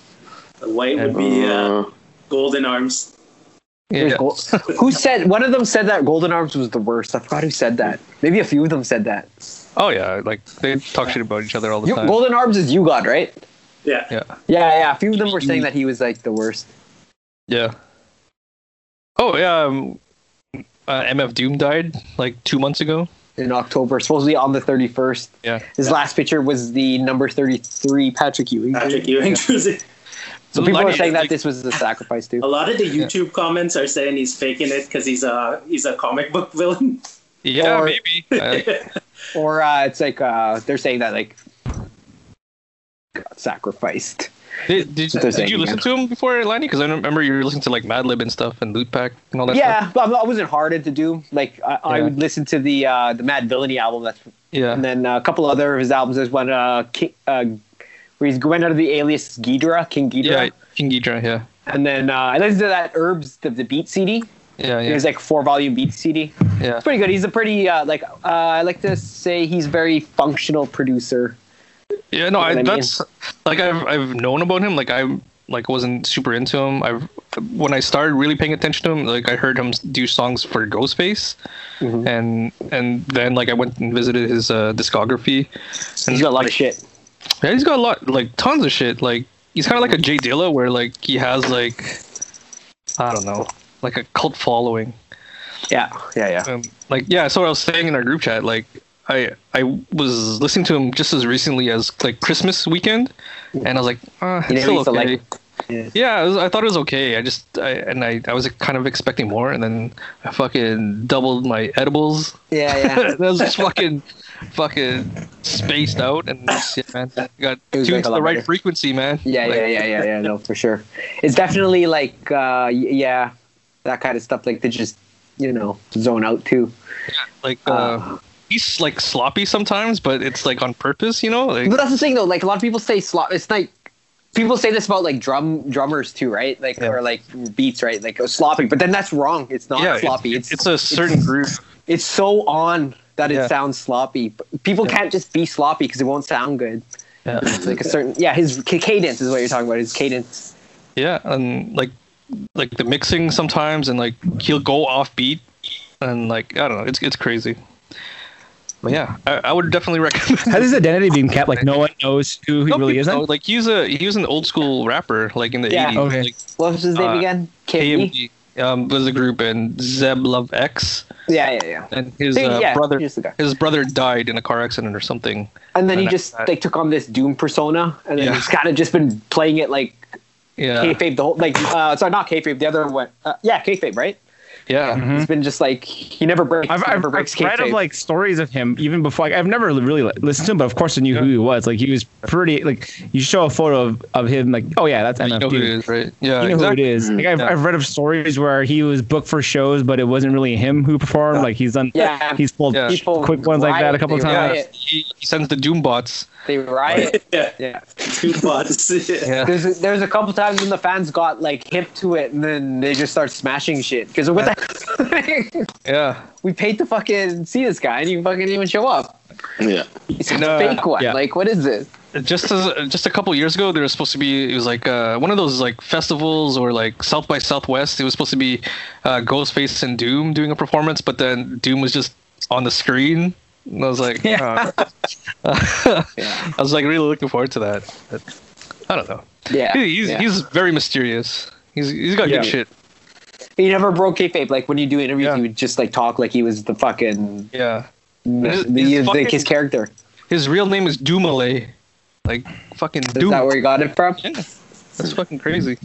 Speaker 4: The white would be uh,
Speaker 5: Uh-huh.
Speaker 4: golden arms.
Speaker 2: There's
Speaker 3: Yeah.
Speaker 2: Gol- who said one of them said that Golden Arms was the worst? I forgot who said that. Maybe a few of them said that.
Speaker 3: Oh yeah, like they talk shit about each other all the
Speaker 2: You,
Speaker 3: time.
Speaker 2: Golden Arms is you God, right?
Speaker 4: Yeah.
Speaker 3: yeah,
Speaker 2: Yeah, yeah. A few of them were saying that he was like the worst.
Speaker 3: yeah. Oh yeah, um, uh, MF Doom died like two months ago.
Speaker 2: in October, supposedly on the 31st.
Speaker 3: Yeah.
Speaker 2: His last picture was the number 33 Patrick Ewing.
Speaker 4: Patrick Ewing.
Speaker 2: So people are
Speaker 3: Like,
Speaker 2: saying that
Speaker 3: like,
Speaker 2: this was the sacrifice
Speaker 4: a
Speaker 2: too.
Speaker 4: lot of the YouTube comments are saying he's faking it because he's a he's a comic book villain.
Speaker 3: Yeah,
Speaker 2: or-
Speaker 3: maybe. I-
Speaker 2: Or uh, it's like uh, they're saying that like got sacrificed.
Speaker 3: Did, did,
Speaker 2: That's what they're
Speaker 3: did you
Speaker 2: saying,
Speaker 3: listen to him before Atlantic? Because I don't remember you were listening to like Madlib and stuff and Loot Pack and all that. stuff.
Speaker 2: yeah, but I'm- I wasn't hard into Doom. Like I, I
Speaker 3: Yeah.
Speaker 2: would listen to the uh, the Mad Villainy album, that's and
Speaker 3: yeah,
Speaker 2: then uh, a couple other of his albums. There's one uh, Ki uh, where he's going under the alias Ghidra, King Ghidra,
Speaker 3: yeah. King Ghidra, yeah,
Speaker 2: and then uh, I listened to that Herbs the, the Beat CD.
Speaker 3: yeah,
Speaker 2: It
Speaker 3: yeah,
Speaker 2: was like four volume Beat CD.
Speaker 3: yeah.
Speaker 2: It's pretty good. He's a pretty uh, like uh, I like to say he's very functional producer.
Speaker 3: Yeah, no,
Speaker 2: what I
Speaker 3: I,
Speaker 2: mean?
Speaker 3: that's like I've I've known about him. Like I like wasn't super into him. I've when I started really paying attention to him, like I heard him do songs for Ghostface,
Speaker 2: Mhm.
Speaker 3: and and then like I went and visited his uh, discography. And
Speaker 2: He's got a lot
Speaker 3: like,
Speaker 2: of shit.
Speaker 3: Yeah, he's got a lot, like tons of shit. Like he's kind of like a Jay Dilla, where like he has like I don't know, like a cult following.
Speaker 2: Yeah, yeah, yeah.
Speaker 3: Um, like yeah, so I was saying in our group chat, like I I was listening to him just as recently as like Christmas weekend, and I was like, uh,
Speaker 2: You
Speaker 3: it's
Speaker 2: know,
Speaker 3: still
Speaker 2: he's the,
Speaker 3: okay.
Speaker 2: like-
Speaker 3: yeah,
Speaker 2: Yeah.
Speaker 3: I, was, I thought it was okay. I just I, and I I was kind of expecting more, and then I fucking doubled my edibles.
Speaker 2: Yeah, yeah.
Speaker 3: that was just fucking fucking spaced out, and yeah, man, I got
Speaker 2: It was
Speaker 3: tuned
Speaker 2: like a
Speaker 3: to the
Speaker 2: lot
Speaker 3: right
Speaker 2: better.
Speaker 3: frequency, man.
Speaker 2: Yeah,
Speaker 3: Like,
Speaker 2: yeah, yeah, yeah, yeah. No, for sure. It's definitely like uh y- yeah, that kind of stuff like to just, you know, zone out to.
Speaker 3: Like uh,
Speaker 2: Uh,
Speaker 3: he's like sloppy sometimes, but it's like on purpose, you know. Like
Speaker 2: But that's the thing though, like a lot of people say slop it's like people say this about like drum drummers too, right? Like
Speaker 3: Yeah.
Speaker 2: or like beats, right? Like oh, sloppy. But then that's wrong. It's not
Speaker 3: yeah,
Speaker 2: sloppy.
Speaker 3: It's, it's a certain groove.
Speaker 2: it's so on that it
Speaker 3: Yeah.
Speaker 2: sounds sloppy. But People
Speaker 3: Yeah.
Speaker 2: can't just be sloppy because it won't sound good.
Speaker 3: Yeah.
Speaker 2: It's like a certain yeah, his c- cadence is what you're talking about. His cadence.
Speaker 3: Yeah, and like like the mixing sometimes, and like he'll go off beat, and like I don't know, it's it's crazy. But yeah, I, I would definitely recommend.
Speaker 1: Has his identity been kept? Like no one knows who he
Speaker 3: Some
Speaker 1: really
Speaker 3: people
Speaker 1: isn't.
Speaker 3: know, like he's a he was an old school rapper, like in the
Speaker 2: Yeah.
Speaker 3: eighties.
Speaker 1: Okay.
Speaker 3: Like
Speaker 2: What was his name
Speaker 3: Uh,
Speaker 2: again? E? KMD.
Speaker 3: KMD um, was a group, and Zeb Love X,
Speaker 2: Yeah, yeah, yeah.
Speaker 3: and his
Speaker 2: Dude,
Speaker 3: uh,
Speaker 2: yeah,
Speaker 3: brother
Speaker 2: he's the guy.
Speaker 3: his brother died in a car accident or something.
Speaker 2: And then he
Speaker 3: And I-
Speaker 2: just like took on this Doom persona, and then
Speaker 3: Yeah.
Speaker 2: he's kind of just been playing it like
Speaker 3: Yeah,
Speaker 2: kayfabe the whole like. Uh, sorry, not kayfabe. The other one. Uh, yeah, kayfabe, right?
Speaker 3: yeah.
Speaker 2: He's been just like he never breaks.
Speaker 1: I've, I've,
Speaker 2: never
Speaker 1: I've
Speaker 2: breaks
Speaker 1: read of
Speaker 2: kayfabe.
Speaker 1: like stories of him even before. Like, I've never really li- listened to him, but of course I knew who he was. Like he was pretty. Like you show a photo of, of him, like oh yeah, that's
Speaker 3: You
Speaker 1: MF
Speaker 3: know who
Speaker 1: Doom.
Speaker 3: it is, right? Yeah,
Speaker 1: you know
Speaker 3: exactly.
Speaker 1: who it is. Like I've,
Speaker 3: Yeah.
Speaker 1: I've read of stories where he was booked for shows, but it wasn't really him who performed. Like he's done,
Speaker 2: Yeah.
Speaker 1: he's pulled
Speaker 3: Yeah.
Speaker 2: People
Speaker 1: quick ones like that a
Speaker 2: riot,
Speaker 1: couple
Speaker 2: they
Speaker 1: times.
Speaker 2: riot.
Speaker 3: He, he sends the Doom bots.
Speaker 2: They riot.
Speaker 4: yeah,
Speaker 2: yeah.
Speaker 4: two bots.
Speaker 3: Yeah.
Speaker 2: There's a, there's a couple times when the fans got like hip to it, and then they just start smashing shit. Because what the
Speaker 3: Yeah.
Speaker 2: we paid to fucking see this guy, and he fucking didn't even show up.
Speaker 5: Yeah.
Speaker 2: He's a
Speaker 3: No,
Speaker 2: fake one.
Speaker 1: yeah.
Speaker 2: Like, what is this?
Speaker 3: Just as just a couple years ago, there was supposed to be it was like uh, one of those like festivals or like South by Southwest. It was supposed to be uh, Ghostface and Doom doing a performance, but then Doom was just on the screen. And I was like,
Speaker 1: Yeah.
Speaker 3: uh, I was like really looking forward to that. But I don't know.
Speaker 2: Yeah,
Speaker 3: He- he's
Speaker 2: yeah.
Speaker 3: he's very mysterious. He's he's got
Speaker 1: Yeah.
Speaker 3: good shit.
Speaker 2: he never broke kayfabe. Like when you do interviews,
Speaker 3: Yeah.
Speaker 2: he would just like talk like he was the fucking
Speaker 3: Yeah.
Speaker 2: the,
Speaker 3: His- his
Speaker 2: like his
Speaker 3: fucking-
Speaker 2: character.
Speaker 3: His real name is Doomalay. Like fucking
Speaker 2: Is
Speaker 3: Doom.
Speaker 2: that where he got it from?
Speaker 3: Yeah, that's fucking crazy.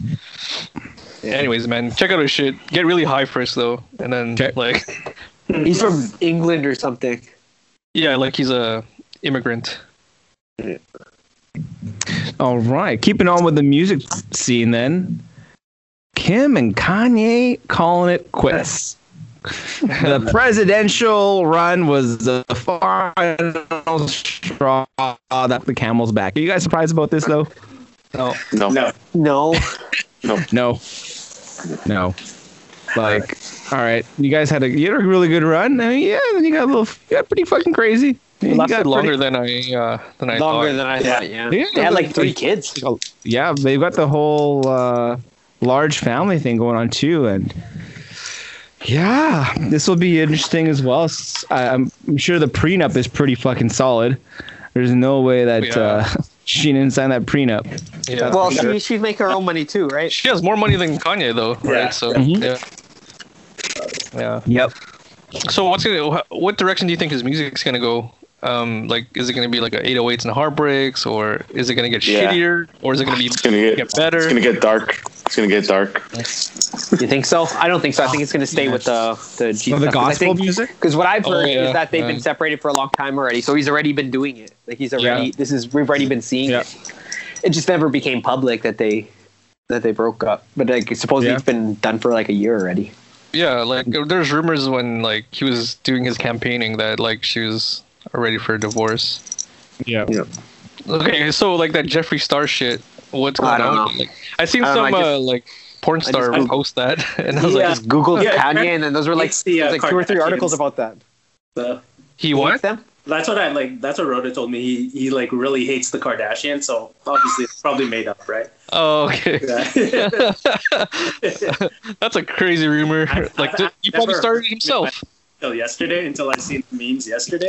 Speaker 3: Anyways, man, check out his shit. Get really high first though, and then
Speaker 1: Okay.
Speaker 3: like,
Speaker 2: He's from England or something.
Speaker 3: yeah, like he's a immigrant.
Speaker 1: All right, keeping on with the music scene then. Kim and Kanye calling it quits. the presidential run was the final straw that the camel's back. Are you guys surprised about this though?
Speaker 3: No,
Speaker 5: No.
Speaker 4: No.
Speaker 2: No,
Speaker 1: No. No. Like, all right, you guys had a you had a really good run. I mean, yeah, then you got a little, you got pretty fucking crazy.
Speaker 3: It
Speaker 1: You
Speaker 3: lasted
Speaker 1: got
Speaker 3: longer than I uh, than I
Speaker 2: Longer
Speaker 3: thought.
Speaker 2: than I
Speaker 5: Yeah.
Speaker 2: thought. Yeah.
Speaker 3: Yeah,
Speaker 2: They had like
Speaker 3: like
Speaker 2: three
Speaker 3: three-
Speaker 2: kids.
Speaker 1: yeah, they've got the whole uh, large family thing going on too, and yeah, this will be interesting as well. S- I, am sure the prenup is pretty fucking solid. There's no way that
Speaker 3: Yeah.
Speaker 1: uh, she didn't sign that prenup.
Speaker 3: Yeah.
Speaker 2: Well,
Speaker 3: she,
Speaker 2: she she'd make her own money too, right?
Speaker 3: she has more money than Kanye though,
Speaker 5: Yeah.
Speaker 3: right? So
Speaker 1: Mhm.
Speaker 3: yeah. Yeah.
Speaker 1: Yep.
Speaker 3: So what's gonna wh- what direction do you think his music's gonna go? Um, like, is it gonna be like a 808s and heartbreaks, or is it gonna get
Speaker 5: Yeah.
Speaker 3: shittier, or is it gonna be
Speaker 5: It's gonna get,
Speaker 3: get better?
Speaker 5: It's gonna get dark. It's gonna get dark.
Speaker 2: You think so? I don't think so. I think it's gonna stay with the the G
Speaker 1: Of the gospel music.
Speaker 2: Because what I've heard
Speaker 3: Oh, yeah.
Speaker 2: is that they've been
Speaker 3: Yeah.
Speaker 2: separated for a long time already, so he's already been doing it. Like he's already
Speaker 1: Yeah.
Speaker 2: this is we've already been seeing
Speaker 1: Yeah.
Speaker 2: it. It just never became public that they that they broke up, but like supposedly
Speaker 1: Yeah.
Speaker 2: it's been done for like a year already.
Speaker 3: Yeah, like there's rumors when like he was doing his campaigning that like she was ready for a divorce.
Speaker 1: Yeah.
Speaker 3: Okay, so like that Jeffree Star shit, what's
Speaker 2: I
Speaker 3: going
Speaker 2: don't
Speaker 3: on?
Speaker 2: know.
Speaker 3: Like, I seen
Speaker 2: I don't know,
Speaker 3: some
Speaker 2: I just-
Speaker 3: uh, like porn
Speaker 2: just-
Speaker 3: star
Speaker 2: I just-
Speaker 3: post that, and I was
Speaker 2: I
Speaker 3: like,
Speaker 4: Yeah.
Speaker 2: just Googled
Speaker 4: Yeah.
Speaker 2: Kanye, and then those were like,
Speaker 4: It's the,
Speaker 2: it was,
Speaker 4: uh,
Speaker 2: like two or three
Speaker 4: Kardashians.
Speaker 2: articles about that.
Speaker 4: So
Speaker 3: he what?
Speaker 2: Them?
Speaker 4: that's what I like. That's what Rhoda told me. He, he like really hates the Kardashians, so obviously it's probably made up, right?
Speaker 3: Oh, okay.
Speaker 4: Yeah.
Speaker 3: That's a crazy rumor.
Speaker 4: I've-
Speaker 3: like, th-
Speaker 4: I've
Speaker 3: he probably
Speaker 4: never-
Speaker 3: started it himself.
Speaker 4: until yesterday, until I seen the memes yesterday,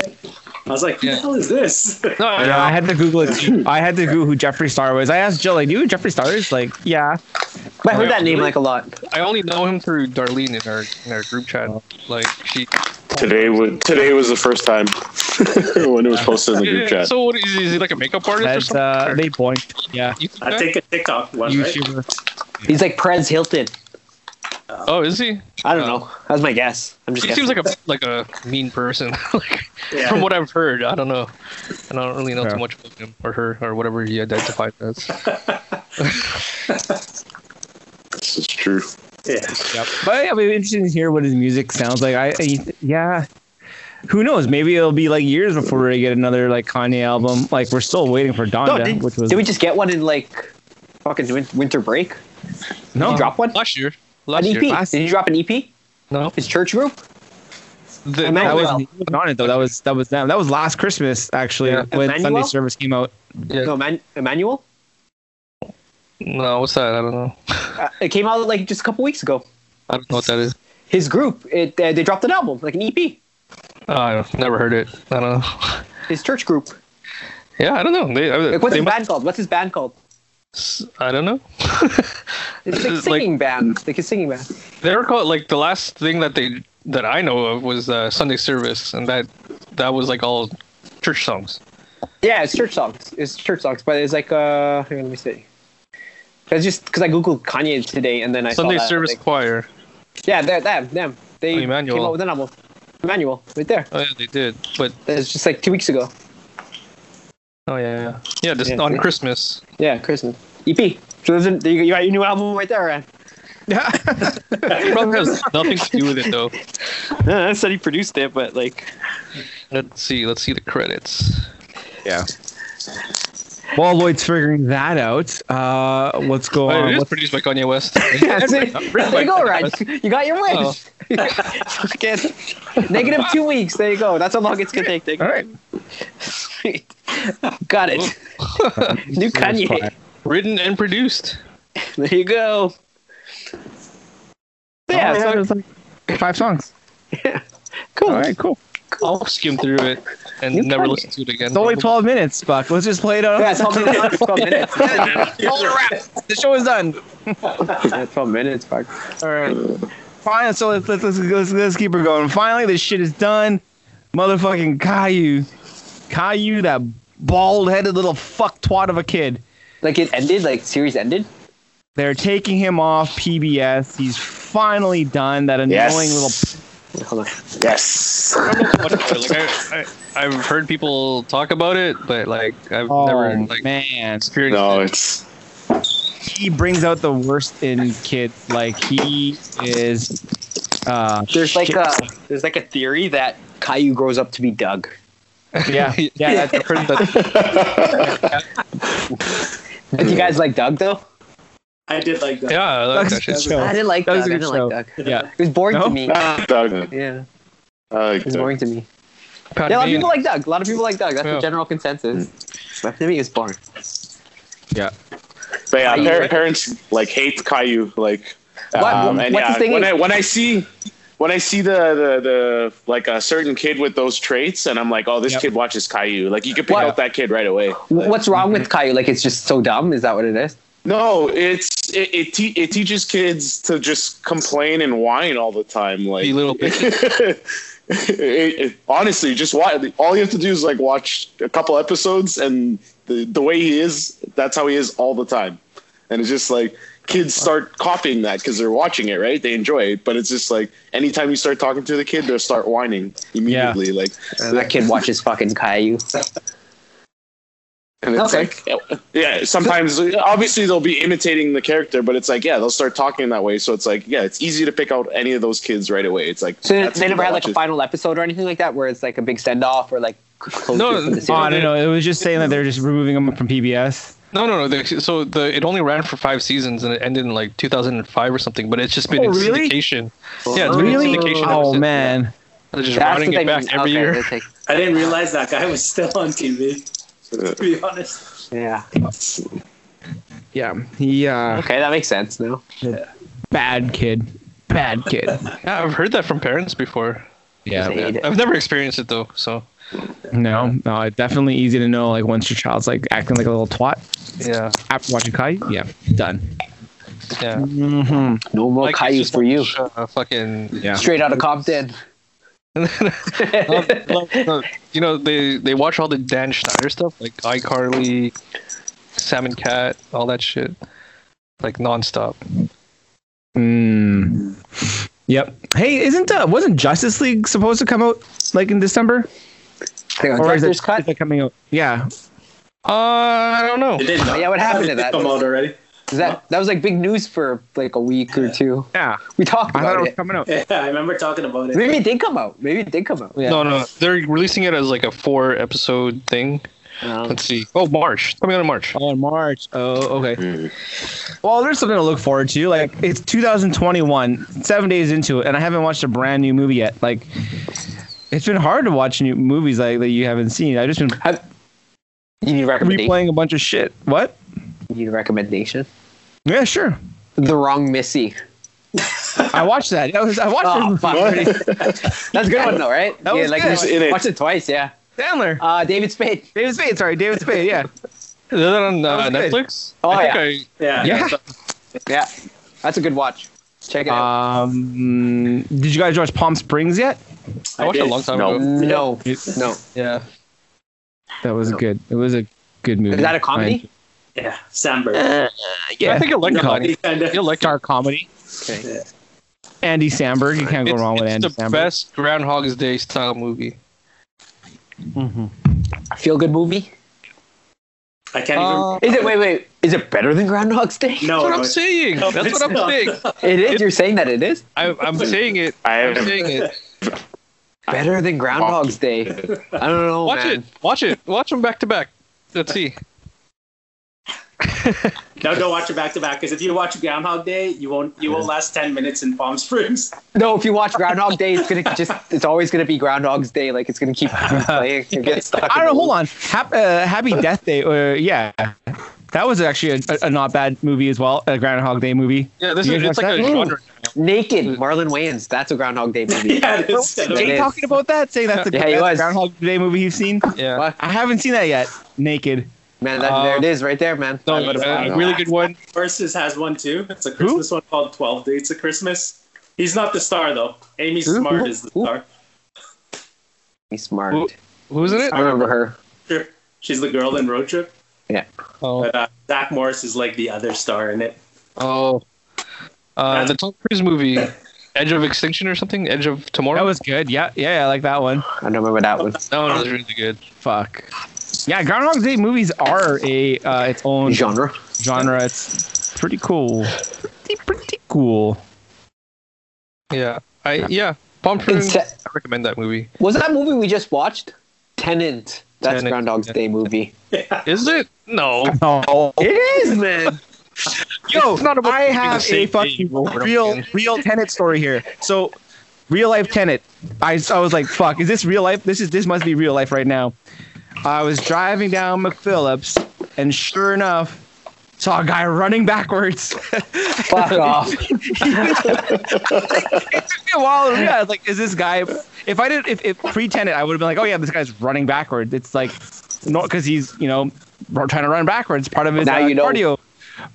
Speaker 4: I was like, "Who
Speaker 3: Yeah.
Speaker 4: the hell is this?"
Speaker 3: No,
Speaker 1: I, know, I had to Google it. too. I had to Google who Jeffree Star was. I asked Jill, like, "Do you know who Jeffree Star is?" Like, yeah.
Speaker 2: But I heard
Speaker 3: yeah.
Speaker 2: that name like a lot.
Speaker 3: I only know him through Darlene in our in our group chat.
Speaker 1: Oh.
Speaker 3: Like, she.
Speaker 5: Today was today was the first time when it was posted in the group chat.
Speaker 3: So what is, is he like a makeup artist or
Speaker 1: That's
Speaker 3: something?
Speaker 1: uh,
Speaker 3: Or-
Speaker 1: they boinked. Yeah.
Speaker 3: you think
Speaker 4: I
Speaker 3: that?
Speaker 4: think a TikTok one, right?
Speaker 1: YouTuber.
Speaker 2: He's like Prez Hilton.
Speaker 3: oh, is he?
Speaker 2: I don't know. That's my guess. I'm just.
Speaker 3: He
Speaker 2: guessing.
Speaker 3: seems like a like a mean person. like,
Speaker 4: Yeah.
Speaker 3: from what I've heard, I don't know. And I don't really know
Speaker 1: Yeah.
Speaker 3: too much about him or her or whatever he identified as.
Speaker 5: This is true.
Speaker 4: yeah.
Speaker 1: Yep. But yeah, it'll be interesting to hear what his music sounds like. I, I yeah. Who knows? Maybe it'll be like years before we get another like Kanye album. Like we're still waiting for
Speaker 2: No,
Speaker 1: Donda,
Speaker 2: did,
Speaker 1: which was
Speaker 2: did we just get one in like fucking win- winter break?
Speaker 1: no.
Speaker 3: Uh,
Speaker 2: Did you drop one?
Speaker 3: Last year. Last
Speaker 2: An E EP?
Speaker 3: year.
Speaker 1: Last-
Speaker 2: Did you drop an EP?
Speaker 3: No.
Speaker 2: His church group?
Speaker 3: The,
Speaker 1: That
Speaker 2: Emmanuel.
Speaker 3: no,
Speaker 1: was he wasn't on it though. That was that was them. That was last Christmas actually
Speaker 3: Yeah.
Speaker 1: when
Speaker 2: Emmanuel?
Speaker 1: Sunday service came out.
Speaker 3: Yeah.
Speaker 2: No, Man- Emmanuel.
Speaker 3: no, what's that? I don't know.
Speaker 2: Uh, it came out like just a couple weeks ago.
Speaker 3: I don't know what that is.
Speaker 2: His group, it uh, they dropped an album, like an EP.
Speaker 3: Oh, I've never heard it. I don't know.
Speaker 2: His church group.
Speaker 3: Yeah, I don't know. They, I,
Speaker 2: Like, what's
Speaker 3: they
Speaker 2: his
Speaker 3: must-
Speaker 2: band called? What's his band called?
Speaker 3: I don't know.
Speaker 2: His
Speaker 3: This
Speaker 2: like,
Speaker 3: is like-
Speaker 2: singing band. Like his singing band.
Speaker 3: They were called like the last thing that they that I know of was uh, Sunday service, and that that was like all church songs.
Speaker 2: Yeah, it's church songs. It's church songs, but it's like uh, here, let me see. It's just because I googled Kanye today, and then I
Speaker 3: Sunday
Speaker 2: saw that,
Speaker 3: service
Speaker 2: like-
Speaker 3: choir.
Speaker 2: yeah, that them them they
Speaker 3: Oh, Emmanuel.
Speaker 2: came out with an album. Emmanuel, right there.
Speaker 3: Oh yeah, they did. But
Speaker 2: That's just like two weeks ago.
Speaker 3: oh yeah, yeah, yeah just
Speaker 2: Yeah.
Speaker 3: on Christmas.
Speaker 2: Yeah, Christmas EP. So there's a, you got your new album right there, Ryan.
Speaker 3: It probably has nothing to do with it though.
Speaker 2: I said he produced it, but like
Speaker 3: Let's see. Let's see the credits.
Speaker 1: While Lloyd's figuring that out, uh, what's going
Speaker 3: Oh,
Speaker 1: on?
Speaker 3: it is
Speaker 1: What's-
Speaker 3: produced by Kanye West.
Speaker 2: Yeah, see, there you go, Ryan. You got your
Speaker 3: Oh.
Speaker 2: wish. Fucking Negative two weeks. There you go. That's how long it's gonna take.
Speaker 1: All right.
Speaker 2: got it. New Kanye.
Speaker 3: Written and produced.
Speaker 2: There you go.
Speaker 1: Yeah,
Speaker 2: Oh, Yeah, so-
Speaker 1: there's like five songs.
Speaker 2: cool.
Speaker 1: All right, cool.
Speaker 3: I'll skim through it and
Speaker 2: You
Speaker 3: never
Speaker 2: Kanye.
Speaker 3: listen to it again.
Speaker 1: It's only 12 minutes, Buck. Let's just play it out.
Speaker 2: Yeah, twelve minutes. it's Twelve minutes.
Speaker 1: The show is done.
Speaker 2: Yeah, Twelve minutes. Fuck.
Speaker 1: All right. Fine. So let's let's, let's let's let's keep her going. Finally, this shit is done. Motherfucking Caillou, Caillou, that bald-headed little fuck twat of a kid.
Speaker 2: Like it ended. Like series ended.
Speaker 1: They're taking him off PBS. He's finally done. That annoying
Speaker 5: Yes.
Speaker 2: Hold on.
Speaker 5: Yes.
Speaker 3: Like, I, I, I've heard people talk about it, but like I've
Speaker 1: little. Oh
Speaker 3: never like
Speaker 1: man.
Speaker 3: experienced.
Speaker 5: No,
Speaker 3: it.
Speaker 5: it's
Speaker 1: He brings out the worst in kids. Like he is. Uh,
Speaker 2: There's like
Speaker 1: shit.
Speaker 2: a there's like a theory that Caillou grows up to be Doug.
Speaker 1: yeah yeah. That's,
Speaker 3: I've heard that.
Speaker 2: Do you guys like Doug though?
Speaker 4: I did like that.
Speaker 3: Yeah, I like that
Speaker 1: that's a good
Speaker 3: shit.
Speaker 1: show.
Speaker 2: I didn't like
Speaker 1: That
Speaker 2: Doug.
Speaker 1: was
Speaker 2: I
Speaker 1: a
Speaker 2: didn't
Speaker 1: good
Speaker 2: like Doug.
Speaker 1: Yeah.
Speaker 2: It was boring
Speaker 1: No?
Speaker 2: to me.
Speaker 5: Doug.
Speaker 2: Yeah,
Speaker 5: I like
Speaker 2: it was
Speaker 5: Doug.
Speaker 2: boring to me.
Speaker 3: Pat
Speaker 2: Yeah, a lot of
Speaker 3: Bain.
Speaker 2: people like Doug. A lot of people like Doug. That's
Speaker 3: Yeah.
Speaker 2: the general consensus.
Speaker 5: Mm.
Speaker 2: Left Jimmy is boring.
Speaker 5: But yeah,
Speaker 2: Caillou,
Speaker 5: par-
Speaker 2: right?
Speaker 5: parents like hate Caillou. Like,
Speaker 2: What-
Speaker 5: um, and
Speaker 2: what the
Speaker 5: yeah,
Speaker 2: thing
Speaker 5: when
Speaker 2: is-
Speaker 5: I when I see when I see the, the the like a certain kid with those traits, and I'm like, oh, this
Speaker 1: Yep.
Speaker 5: kid watches Caillou. Like, you could pick
Speaker 2: What?
Speaker 5: out that kid right away.
Speaker 2: W- What's wrong with
Speaker 5: mm-hmm.
Speaker 2: Caillou? Like it's just so dumb. Is that what it is?
Speaker 5: No, it's it it, te- it teaches kids to just complain and whine all the time, like
Speaker 3: Be little
Speaker 5: it, it, honestly, just watch. All you have to do is like watch a couple episodes, and the the way he is, that's how he is all the time. And it's just like kids start copying that because they're watching it, right? They enjoy it, but it's just like anytime you start talking to the kid, they'll start whining immediately. Like
Speaker 2: Uh, that kid watches fucking Caillou.
Speaker 5: And it's
Speaker 2: Okay.
Speaker 5: like, yeah, sometimes obviously they'll be imitating the character, but it's like, yeah, they'll start talking that way. So it's like, yeah, it's easy to pick out any of those kids right away. It's like,
Speaker 2: So
Speaker 5: that's
Speaker 2: they
Speaker 5: who
Speaker 2: never had like a
Speaker 5: watches.
Speaker 2: final episode or anything like that, where it's like a big send off or like closure
Speaker 3: No,
Speaker 2: for the
Speaker 1: Oh,
Speaker 2: series?
Speaker 1: I don't know. It was just saying that they're just removing him from PBS.
Speaker 3: No, no, no. The, so the it only ran for five seasons and it ended in like 2005 or something. But it's just been
Speaker 1: Oh,
Speaker 3: in
Speaker 1: really?
Speaker 3: syndication. Yeah, it's been
Speaker 1: Really?
Speaker 3: in syndication. ever
Speaker 1: Oh
Speaker 3: since.
Speaker 1: man.
Speaker 3: They're just
Speaker 2: That's
Speaker 3: running
Speaker 2: what they
Speaker 3: it back
Speaker 2: mean. Okay,
Speaker 3: every year.
Speaker 2: that's like-
Speaker 4: I didn't realize that guy was still on TV. To be honest,
Speaker 2: yeah.
Speaker 1: Yeah. He uh
Speaker 2: Okay, that makes sense now.
Speaker 1: bad kid. Bad kid.
Speaker 3: Yeah, I've heard that from parents before.
Speaker 1: Yeah.
Speaker 2: Hate it.
Speaker 3: I've never experienced it though. So
Speaker 1: No, no, it's definitely easy to know like once your child's like acting like a little twat
Speaker 3: yeah,
Speaker 1: after watching Kai, yeah, done.
Speaker 3: yeah.
Speaker 1: Mm-hmm.
Speaker 2: No more
Speaker 3: Like, it's
Speaker 2: Caillou's
Speaker 3: just
Speaker 2: for you.
Speaker 3: watch, Uh, fucking.
Speaker 1: Yeah.
Speaker 2: Straight out of Compton.
Speaker 3: No, you know they they watch all the Dan Schneider stuff like iCarly, Salmon Cat, all that shit, like nonstop.
Speaker 1: Mm. Yep. Hey, isn't uh wasn't Justice League supposed to come out like in December? Or is
Speaker 2: Director's
Speaker 1: it,
Speaker 2: cut.
Speaker 1: is it coming out? Yeah.
Speaker 3: Uh, I don't know.
Speaker 4: it did not.
Speaker 2: Yeah, what happened to
Speaker 4: It did
Speaker 2: that?
Speaker 4: Come out already.
Speaker 2: Is that that was like big news for like a week or two.
Speaker 1: Yeah.
Speaker 2: We talked
Speaker 1: I thought it
Speaker 2: about
Speaker 1: was
Speaker 2: it.
Speaker 1: coming out.
Speaker 4: Yeah, I remember talking about it.
Speaker 2: Maybe it did come out. Maybe it did come out.
Speaker 1: Yeah.
Speaker 3: No, no, they're releasing it as like a four episode thing.
Speaker 2: Um,
Speaker 3: Let's see. Oh, March. It's Coming out in March.
Speaker 1: Oh, in March. Oh, okay.
Speaker 2: Mm-hmm.
Speaker 1: Well, there's something to look forward to. Like it's 2021, seven days into it, and I haven't watched a brand new movie yet. Like it's been hard to watch new movies like that you haven't seen. I've just been
Speaker 2: you need a recommendation.
Speaker 1: replaying a bunch of shit. What?
Speaker 2: You need a recommendation.
Speaker 1: Yeah, sure.
Speaker 2: The wrong Missy.
Speaker 1: I watched that. I, was, I watched
Speaker 2: Oh,
Speaker 1: it.
Speaker 2: fuck. That's a good one though, right?
Speaker 1: That
Speaker 2: yeah,
Speaker 1: was
Speaker 2: like
Speaker 1: good.
Speaker 2: watch-
Speaker 5: Who's in it?
Speaker 2: watch it twice. Yeah.
Speaker 1: Sandler.
Speaker 2: Uh, David Spade.
Speaker 1: David Spade. Sorry, David Spade. Yeah.
Speaker 3: Is that on uh,
Speaker 1: That was good.
Speaker 3: Netflix?
Speaker 2: Oh,
Speaker 3: I
Speaker 2: yeah.
Speaker 3: think
Speaker 4: Yeah,
Speaker 1: Yeah.
Speaker 4: So,
Speaker 2: Yeah, that's a good watch. Check it
Speaker 1: Uh,
Speaker 2: out.
Speaker 1: Um, did you guys watch Palm Springs yet?
Speaker 3: I, I watched it a
Speaker 4: did.
Speaker 3: long time
Speaker 5: No.
Speaker 3: ago.
Speaker 2: No, no.
Speaker 3: Yeah.
Speaker 1: That was good. It was a good movie.
Speaker 2: Is that a comedy?
Speaker 4: yeah.
Speaker 2: Uh,
Speaker 4: Sandberg.
Speaker 1: I, yeah.
Speaker 3: I think it like
Speaker 4: No,
Speaker 3: comedy.
Speaker 4: he kinda-
Speaker 3: You'll like it.
Speaker 1: dark comedy.
Speaker 2: Okay.
Speaker 1: Andy Samberg. You can't go
Speaker 3: It's-
Speaker 1: wrong with
Speaker 3: it's
Speaker 1: Andy
Speaker 3: the
Speaker 1: Samberg.
Speaker 3: best Groundhog's Day style movie.
Speaker 2: Feel good movie.
Speaker 4: I can't
Speaker 3: Uh,
Speaker 2: Is it? Wait, wait. Is it better than Groundhog's Day?
Speaker 4: even. No,
Speaker 3: That's what I'm
Speaker 4: no,
Speaker 3: saying.
Speaker 4: No,
Speaker 3: That's
Speaker 4: it's
Speaker 3: what I'm
Speaker 4: not.
Speaker 3: saying.
Speaker 2: It is. You're saying that it is
Speaker 3: I, I'm saying it.
Speaker 5: I
Speaker 3: I'm
Speaker 5: haven't,
Speaker 3: saying it.
Speaker 2: better than Groundhog's Day. I don't know.
Speaker 3: Watch
Speaker 2: Oh, man.
Speaker 3: it. Watch it. Watch them back to back. Let's see.
Speaker 4: no, don't watch it back to back because if you watch Groundhog Day, you won't you won't last ten minutes in Palm Springs.
Speaker 2: No, if you watch Groundhog Day, it's gonna just. It's always gonna be Groundhog's Day. Like it's gonna keep playing. You get stuck.
Speaker 1: I
Speaker 2: in
Speaker 1: don't know.
Speaker 2: the
Speaker 1: Hold on. Hap, uh, Happy Death Day. Or yeah, that was actually a, a not bad movie as well. A Groundhog Day movie.
Speaker 3: Yeah, this
Speaker 1: You
Speaker 3: is
Speaker 1: guys
Speaker 3: it's
Speaker 1: watch
Speaker 3: like a
Speaker 1: that?
Speaker 3: genre.
Speaker 2: loop. Naked Marlon Wayans. That's a Groundhog Day movie.
Speaker 4: yeah, it is.
Speaker 2: It
Speaker 1: Jake
Speaker 2: is.
Speaker 1: talking about that, saying that's the
Speaker 2: Yeah, he
Speaker 1: best
Speaker 2: was.
Speaker 1: Groundhog Day movie he's seen.
Speaker 3: Yeah.
Speaker 2: Fuck,
Speaker 1: I haven't seen that yet. Naked.
Speaker 2: man, that, there it is, right there, man.
Speaker 3: Um, No,
Speaker 2: I would've-
Speaker 3: a really good one.
Speaker 4: Versus has one too. It's a Christmas one called Twelve Dates of Christmas. He's not the star though. Amy
Speaker 2: Who?
Speaker 4: Smart
Speaker 2: Who?
Speaker 4: is the
Speaker 2: Who?
Speaker 4: star.
Speaker 2: He's smart.
Speaker 3: Who- Who's in it?
Speaker 2: I remember her.
Speaker 4: Sure. She's the girl in Road Trip.
Speaker 3: Oh,
Speaker 4: But uh, Zach Morris is like the other star in it.
Speaker 3: oh. Uh, the Tom Cruise movie, Edge of Extinction or something? Edge of Tomorrow?
Speaker 1: That was good. Yeah, yeah, I like that one.
Speaker 2: I don't remember that one.
Speaker 3: that one was really good.
Speaker 1: Fuck. Yeah, Groundhog Day movies are a uh, its own
Speaker 2: Genre.
Speaker 1: genre. It's pretty cool. Pretty, pretty cool.
Speaker 3: Yeah. I yeah. Palm Springs. I
Speaker 2: Inse-
Speaker 3: recommend that movie.
Speaker 2: Was that movie we just watched? Tenant. That's
Speaker 3: Tenant,
Speaker 2: Groundhog's
Speaker 3: yeah.
Speaker 2: Day movie.
Speaker 3: Is it? No.
Speaker 1: Oh, it is, man. Yo,
Speaker 3: It's not about
Speaker 1: I
Speaker 3: doing the
Speaker 1: have a
Speaker 3: same
Speaker 1: fucking
Speaker 3: thing over and over
Speaker 1: real,
Speaker 3: again.
Speaker 1: real tenant story here. So, real life tenant. I, I was like, fuck, is this real life? This is this must be real life right now. I was driving down McPhillips, and sure enough, saw a guy running backwards.
Speaker 2: Fuck off.
Speaker 1: took me a while to realize, like, is this guy? If I did, if, if pre-tenant, I would have been like, oh yeah, this guy's running backwards. It's like, not because he's you know r- trying to run backwards. Part of his
Speaker 2: Now
Speaker 1: uh,
Speaker 2: you know.
Speaker 1: cardio.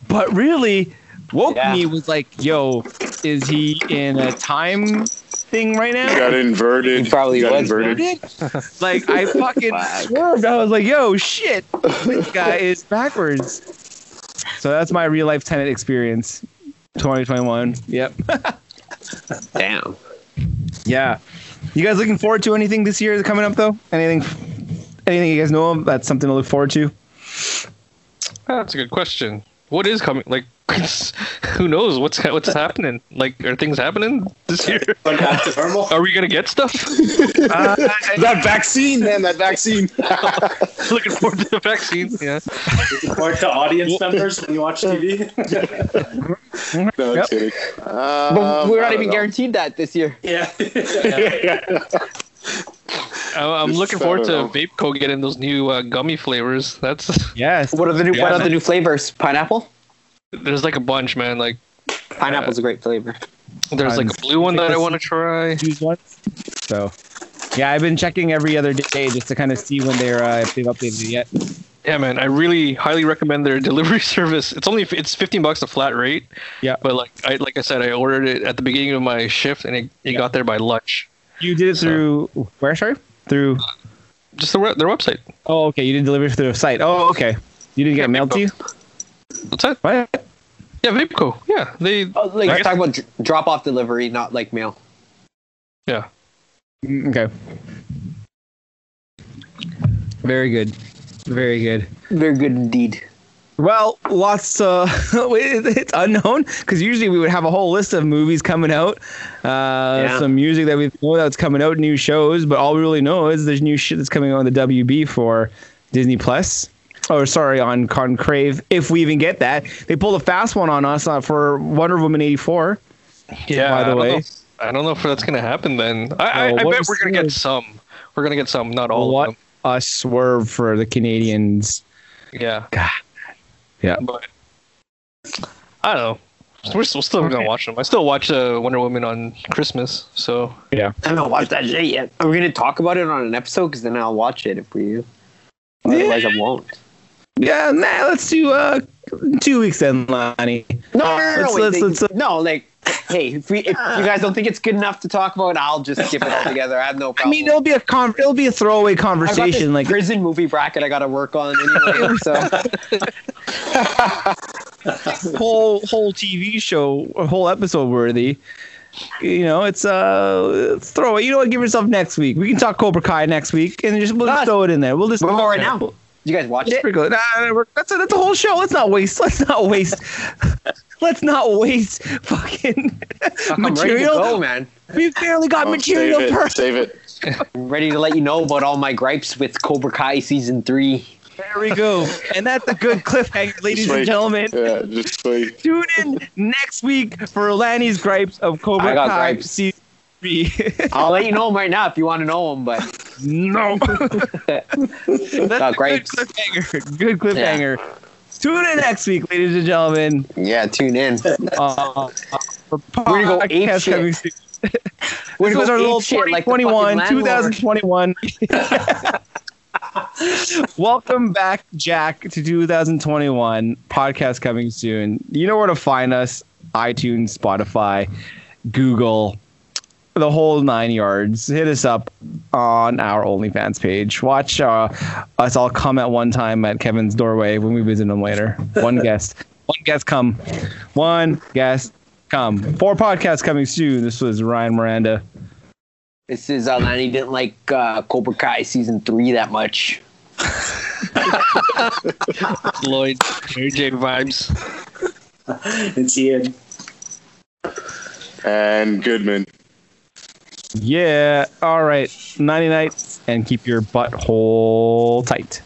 Speaker 1: But really, woke
Speaker 2: Yeah.
Speaker 1: me was like, yo, is he in a time thing right
Speaker 5: You
Speaker 1: now?
Speaker 5: got inverted.
Speaker 2: He probably
Speaker 5: you got
Speaker 2: was,
Speaker 5: inverted.
Speaker 1: Like I fucking
Speaker 2: Fuck.
Speaker 1: swerved. I was like, yo, shit, this guy is backwards. So that's my real life tenant experience, 2021. Yep.
Speaker 2: Damn.
Speaker 1: Yeah. You guys looking forward to anything this year coming up though? Anything anything you guys know of that's something to look forward to?
Speaker 3: That's a good question. What is coming? Like, who knows what's ha- what's happening? Like, are things happening this year?
Speaker 4: Like back to normal.
Speaker 3: Are we gonna get stuff?
Speaker 1: Uh,
Speaker 5: That vaccine, man. That vaccine.
Speaker 3: Looking forward to the vaccine. Yeah.
Speaker 4: Report to audience members when you watch TV.
Speaker 5: no
Speaker 1: Yep.
Speaker 5: kidding. Um,
Speaker 2: But we're not even guaranteed
Speaker 5: guaranteed.
Speaker 2: that this year.
Speaker 4: yeah.
Speaker 3: I- I'm
Speaker 5: Just
Speaker 3: looking forward
Speaker 5: I
Speaker 3: to
Speaker 5: don't
Speaker 3: Vape Co getting those new uh, gummy flavors. That's
Speaker 1: yes.
Speaker 2: What are the new
Speaker 3: Yeah,
Speaker 2: What are
Speaker 3: man.
Speaker 2: the new flavors? Pineapple.
Speaker 3: there's like a bunch, man. Like Uh,
Speaker 2: Pineapple's a great flavor.
Speaker 3: there's like a blue one that I want to try.
Speaker 1: Use once. So yeah, I've been checking every other day just to kind of see when they're uh, if they've updated it yet.
Speaker 3: Yeah, man. I really highly recommend their delivery service. It's only it's 15 bucks a flat rate.
Speaker 1: Yeah.
Speaker 3: But like I like I said, I ordered it at the beginning of my shift, and it, it
Speaker 1: Yeah.
Speaker 3: got there by lunch.
Speaker 1: You did it
Speaker 3: So-
Speaker 1: through where? Sorry, through.
Speaker 3: Just their we- their website.
Speaker 1: Oh, okay. You didn't deliver through a site. Oh, okay. You didn't get it mailed to you.
Speaker 3: What's that?
Speaker 1: What?
Speaker 3: Yeah, Vape Co. Yeah, they.
Speaker 2: Oh, like
Speaker 3: I
Speaker 2: we're
Speaker 3: guess-
Speaker 2: talking about dr- drop off delivery, not like mail.
Speaker 3: Yeah.
Speaker 1: Mm, Okay. Very good. Very good.
Speaker 2: Very good indeed.
Speaker 1: Well, lots. Uh, it- it's unknown because usually we would have a whole list of movies coming out, uh, some music that we know that's coming out, new shows. But all we really know is there's new shit that's coming out on the WB for Disney Plus. Or sorry, on Concrave, if we even get that. They pulled a fast one on us uh, for Wonder Woman '84.
Speaker 3: Yeah.
Speaker 1: by the
Speaker 3: I don't
Speaker 1: way.
Speaker 3: know- I don't know if that's gonna happen. Then
Speaker 1: No,
Speaker 3: I, I, I
Speaker 1: what
Speaker 3: bet
Speaker 1: is
Speaker 3: we're gonna get
Speaker 1: this?
Speaker 3: some. We're gonna get some, not all
Speaker 1: What
Speaker 3: of
Speaker 1: a swerve for the Canadians.
Speaker 3: them. Yeah.
Speaker 1: God. Yeah.
Speaker 3: But I don't know. We're still, still gonna watch them. I still watch uh, Wonder Woman on Christmas. So
Speaker 2: I haven't watched that shit yet. Are we gonna talk about it on an episode? Because then I'll watch it if we do. Otherwise, I won't.
Speaker 1: Yeah, nah, let's do uh, two weeks then, Lonnie.
Speaker 2: No, no, no, no,
Speaker 1: Let's-
Speaker 2: wait,
Speaker 1: let's-
Speaker 2: they-
Speaker 1: let's, uh,
Speaker 2: no. Like, hey, if, we, if you guys don't think it's good enough to talk about, I'll just skip it altogether. I have no
Speaker 1: I
Speaker 2: problem.
Speaker 1: mean, it'll be a con- it'll be a throwaway
Speaker 2: I've got this
Speaker 1: conversation. Like,
Speaker 2: prison movie bracket I gotta work on anyway. so
Speaker 1: whole whole TV show, a whole episode worthy. You know, it's uh it's throw it. You know what? Give yourself next week. We can talk Cobra Kai next week, and just we'll just
Speaker 2: Nice.
Speaker 1: throw it in there. We'll just
Speaker 2: we're right now. Did you guys watch
Speaker 1: Just
Speaker 2: it?
Speaker 1: sprinkle it. Nah, nah, we're- that's a, that's a whole show. Let's not waste. Let's not waste. let's not waste fucking
Speaker 2: Fuck, I'm ready to
Speaker 1: material.
Speaker 2: go, man.
Speaker 1: we barely got
Speaker 5: Oh,
Speaker 1: material
Speaker 5: Save
Speaker 1: per
Speaker 5: it. Save it.
Speaker 2: I'm ready to let you know about all my gripes with Cobra Kai season three.
Speaker 1: There we go. And that's a good cliffhanger, ladies and
Speaker 5: wait.
Speaker 1: gentlemen.
Speaker 5: Yeah, just wait.
Speaker 1: Tune in next week for Lanny's gripes of Cobra
Speaker 2: I got
Speaker 1: Kai
Speaker 2: gripes.
Speaker 1: season three.
Speaker 2: I'll let you know them right now if you want to know them. But
Speaker 1: no. that's
Speaker 2: Got
Speaker 1: a
Speaker 2: gripes.
Speaker 1: good cliffhanger. Good cliffhanger. Tune in next week, ladies and gentlemen.
Speaker 2: yeah, tune in.
Speaker 1: Uh, for
Speaker 2: We're gonna go ape
Speaker 1: podcast
Speaker 2: shit.
Speaker 1: coming soon.
Speaker 2: We're
Speaker 1: This
Speaker 2: gonna
Speaker 1: was
Speaker 2: go
Speaker 1: our
Speaker 2: ape
Speaker 1: little
Speaker 2: shit like the fucking
Speaker 1: 2021,
Speaker 2: landlord.
Speaker 1: 2021. Welcome back, Jack, to 2021 podcast coming soon. You know where to find us: iTunes, Spotify, Google, the whole nine yards. Hit us up on our OnlyFans page. Watch uh, us all come at one time at Kevin's doorway when we visit him later. One guest, one guest come, one guest come. Four podcasts coming soon. This was Ryan Miranda.
Speaker 2: This is uh, Lanny didn't like uh, Cobra Kai season three that much.
Speaker 3: Lloyd, Mary J vibes.
Speaker 4: it's Ian.
Speaker 5: And Goodman.
Speaker 1: Yeah. All right. Nighty night, and keep your butthole tight.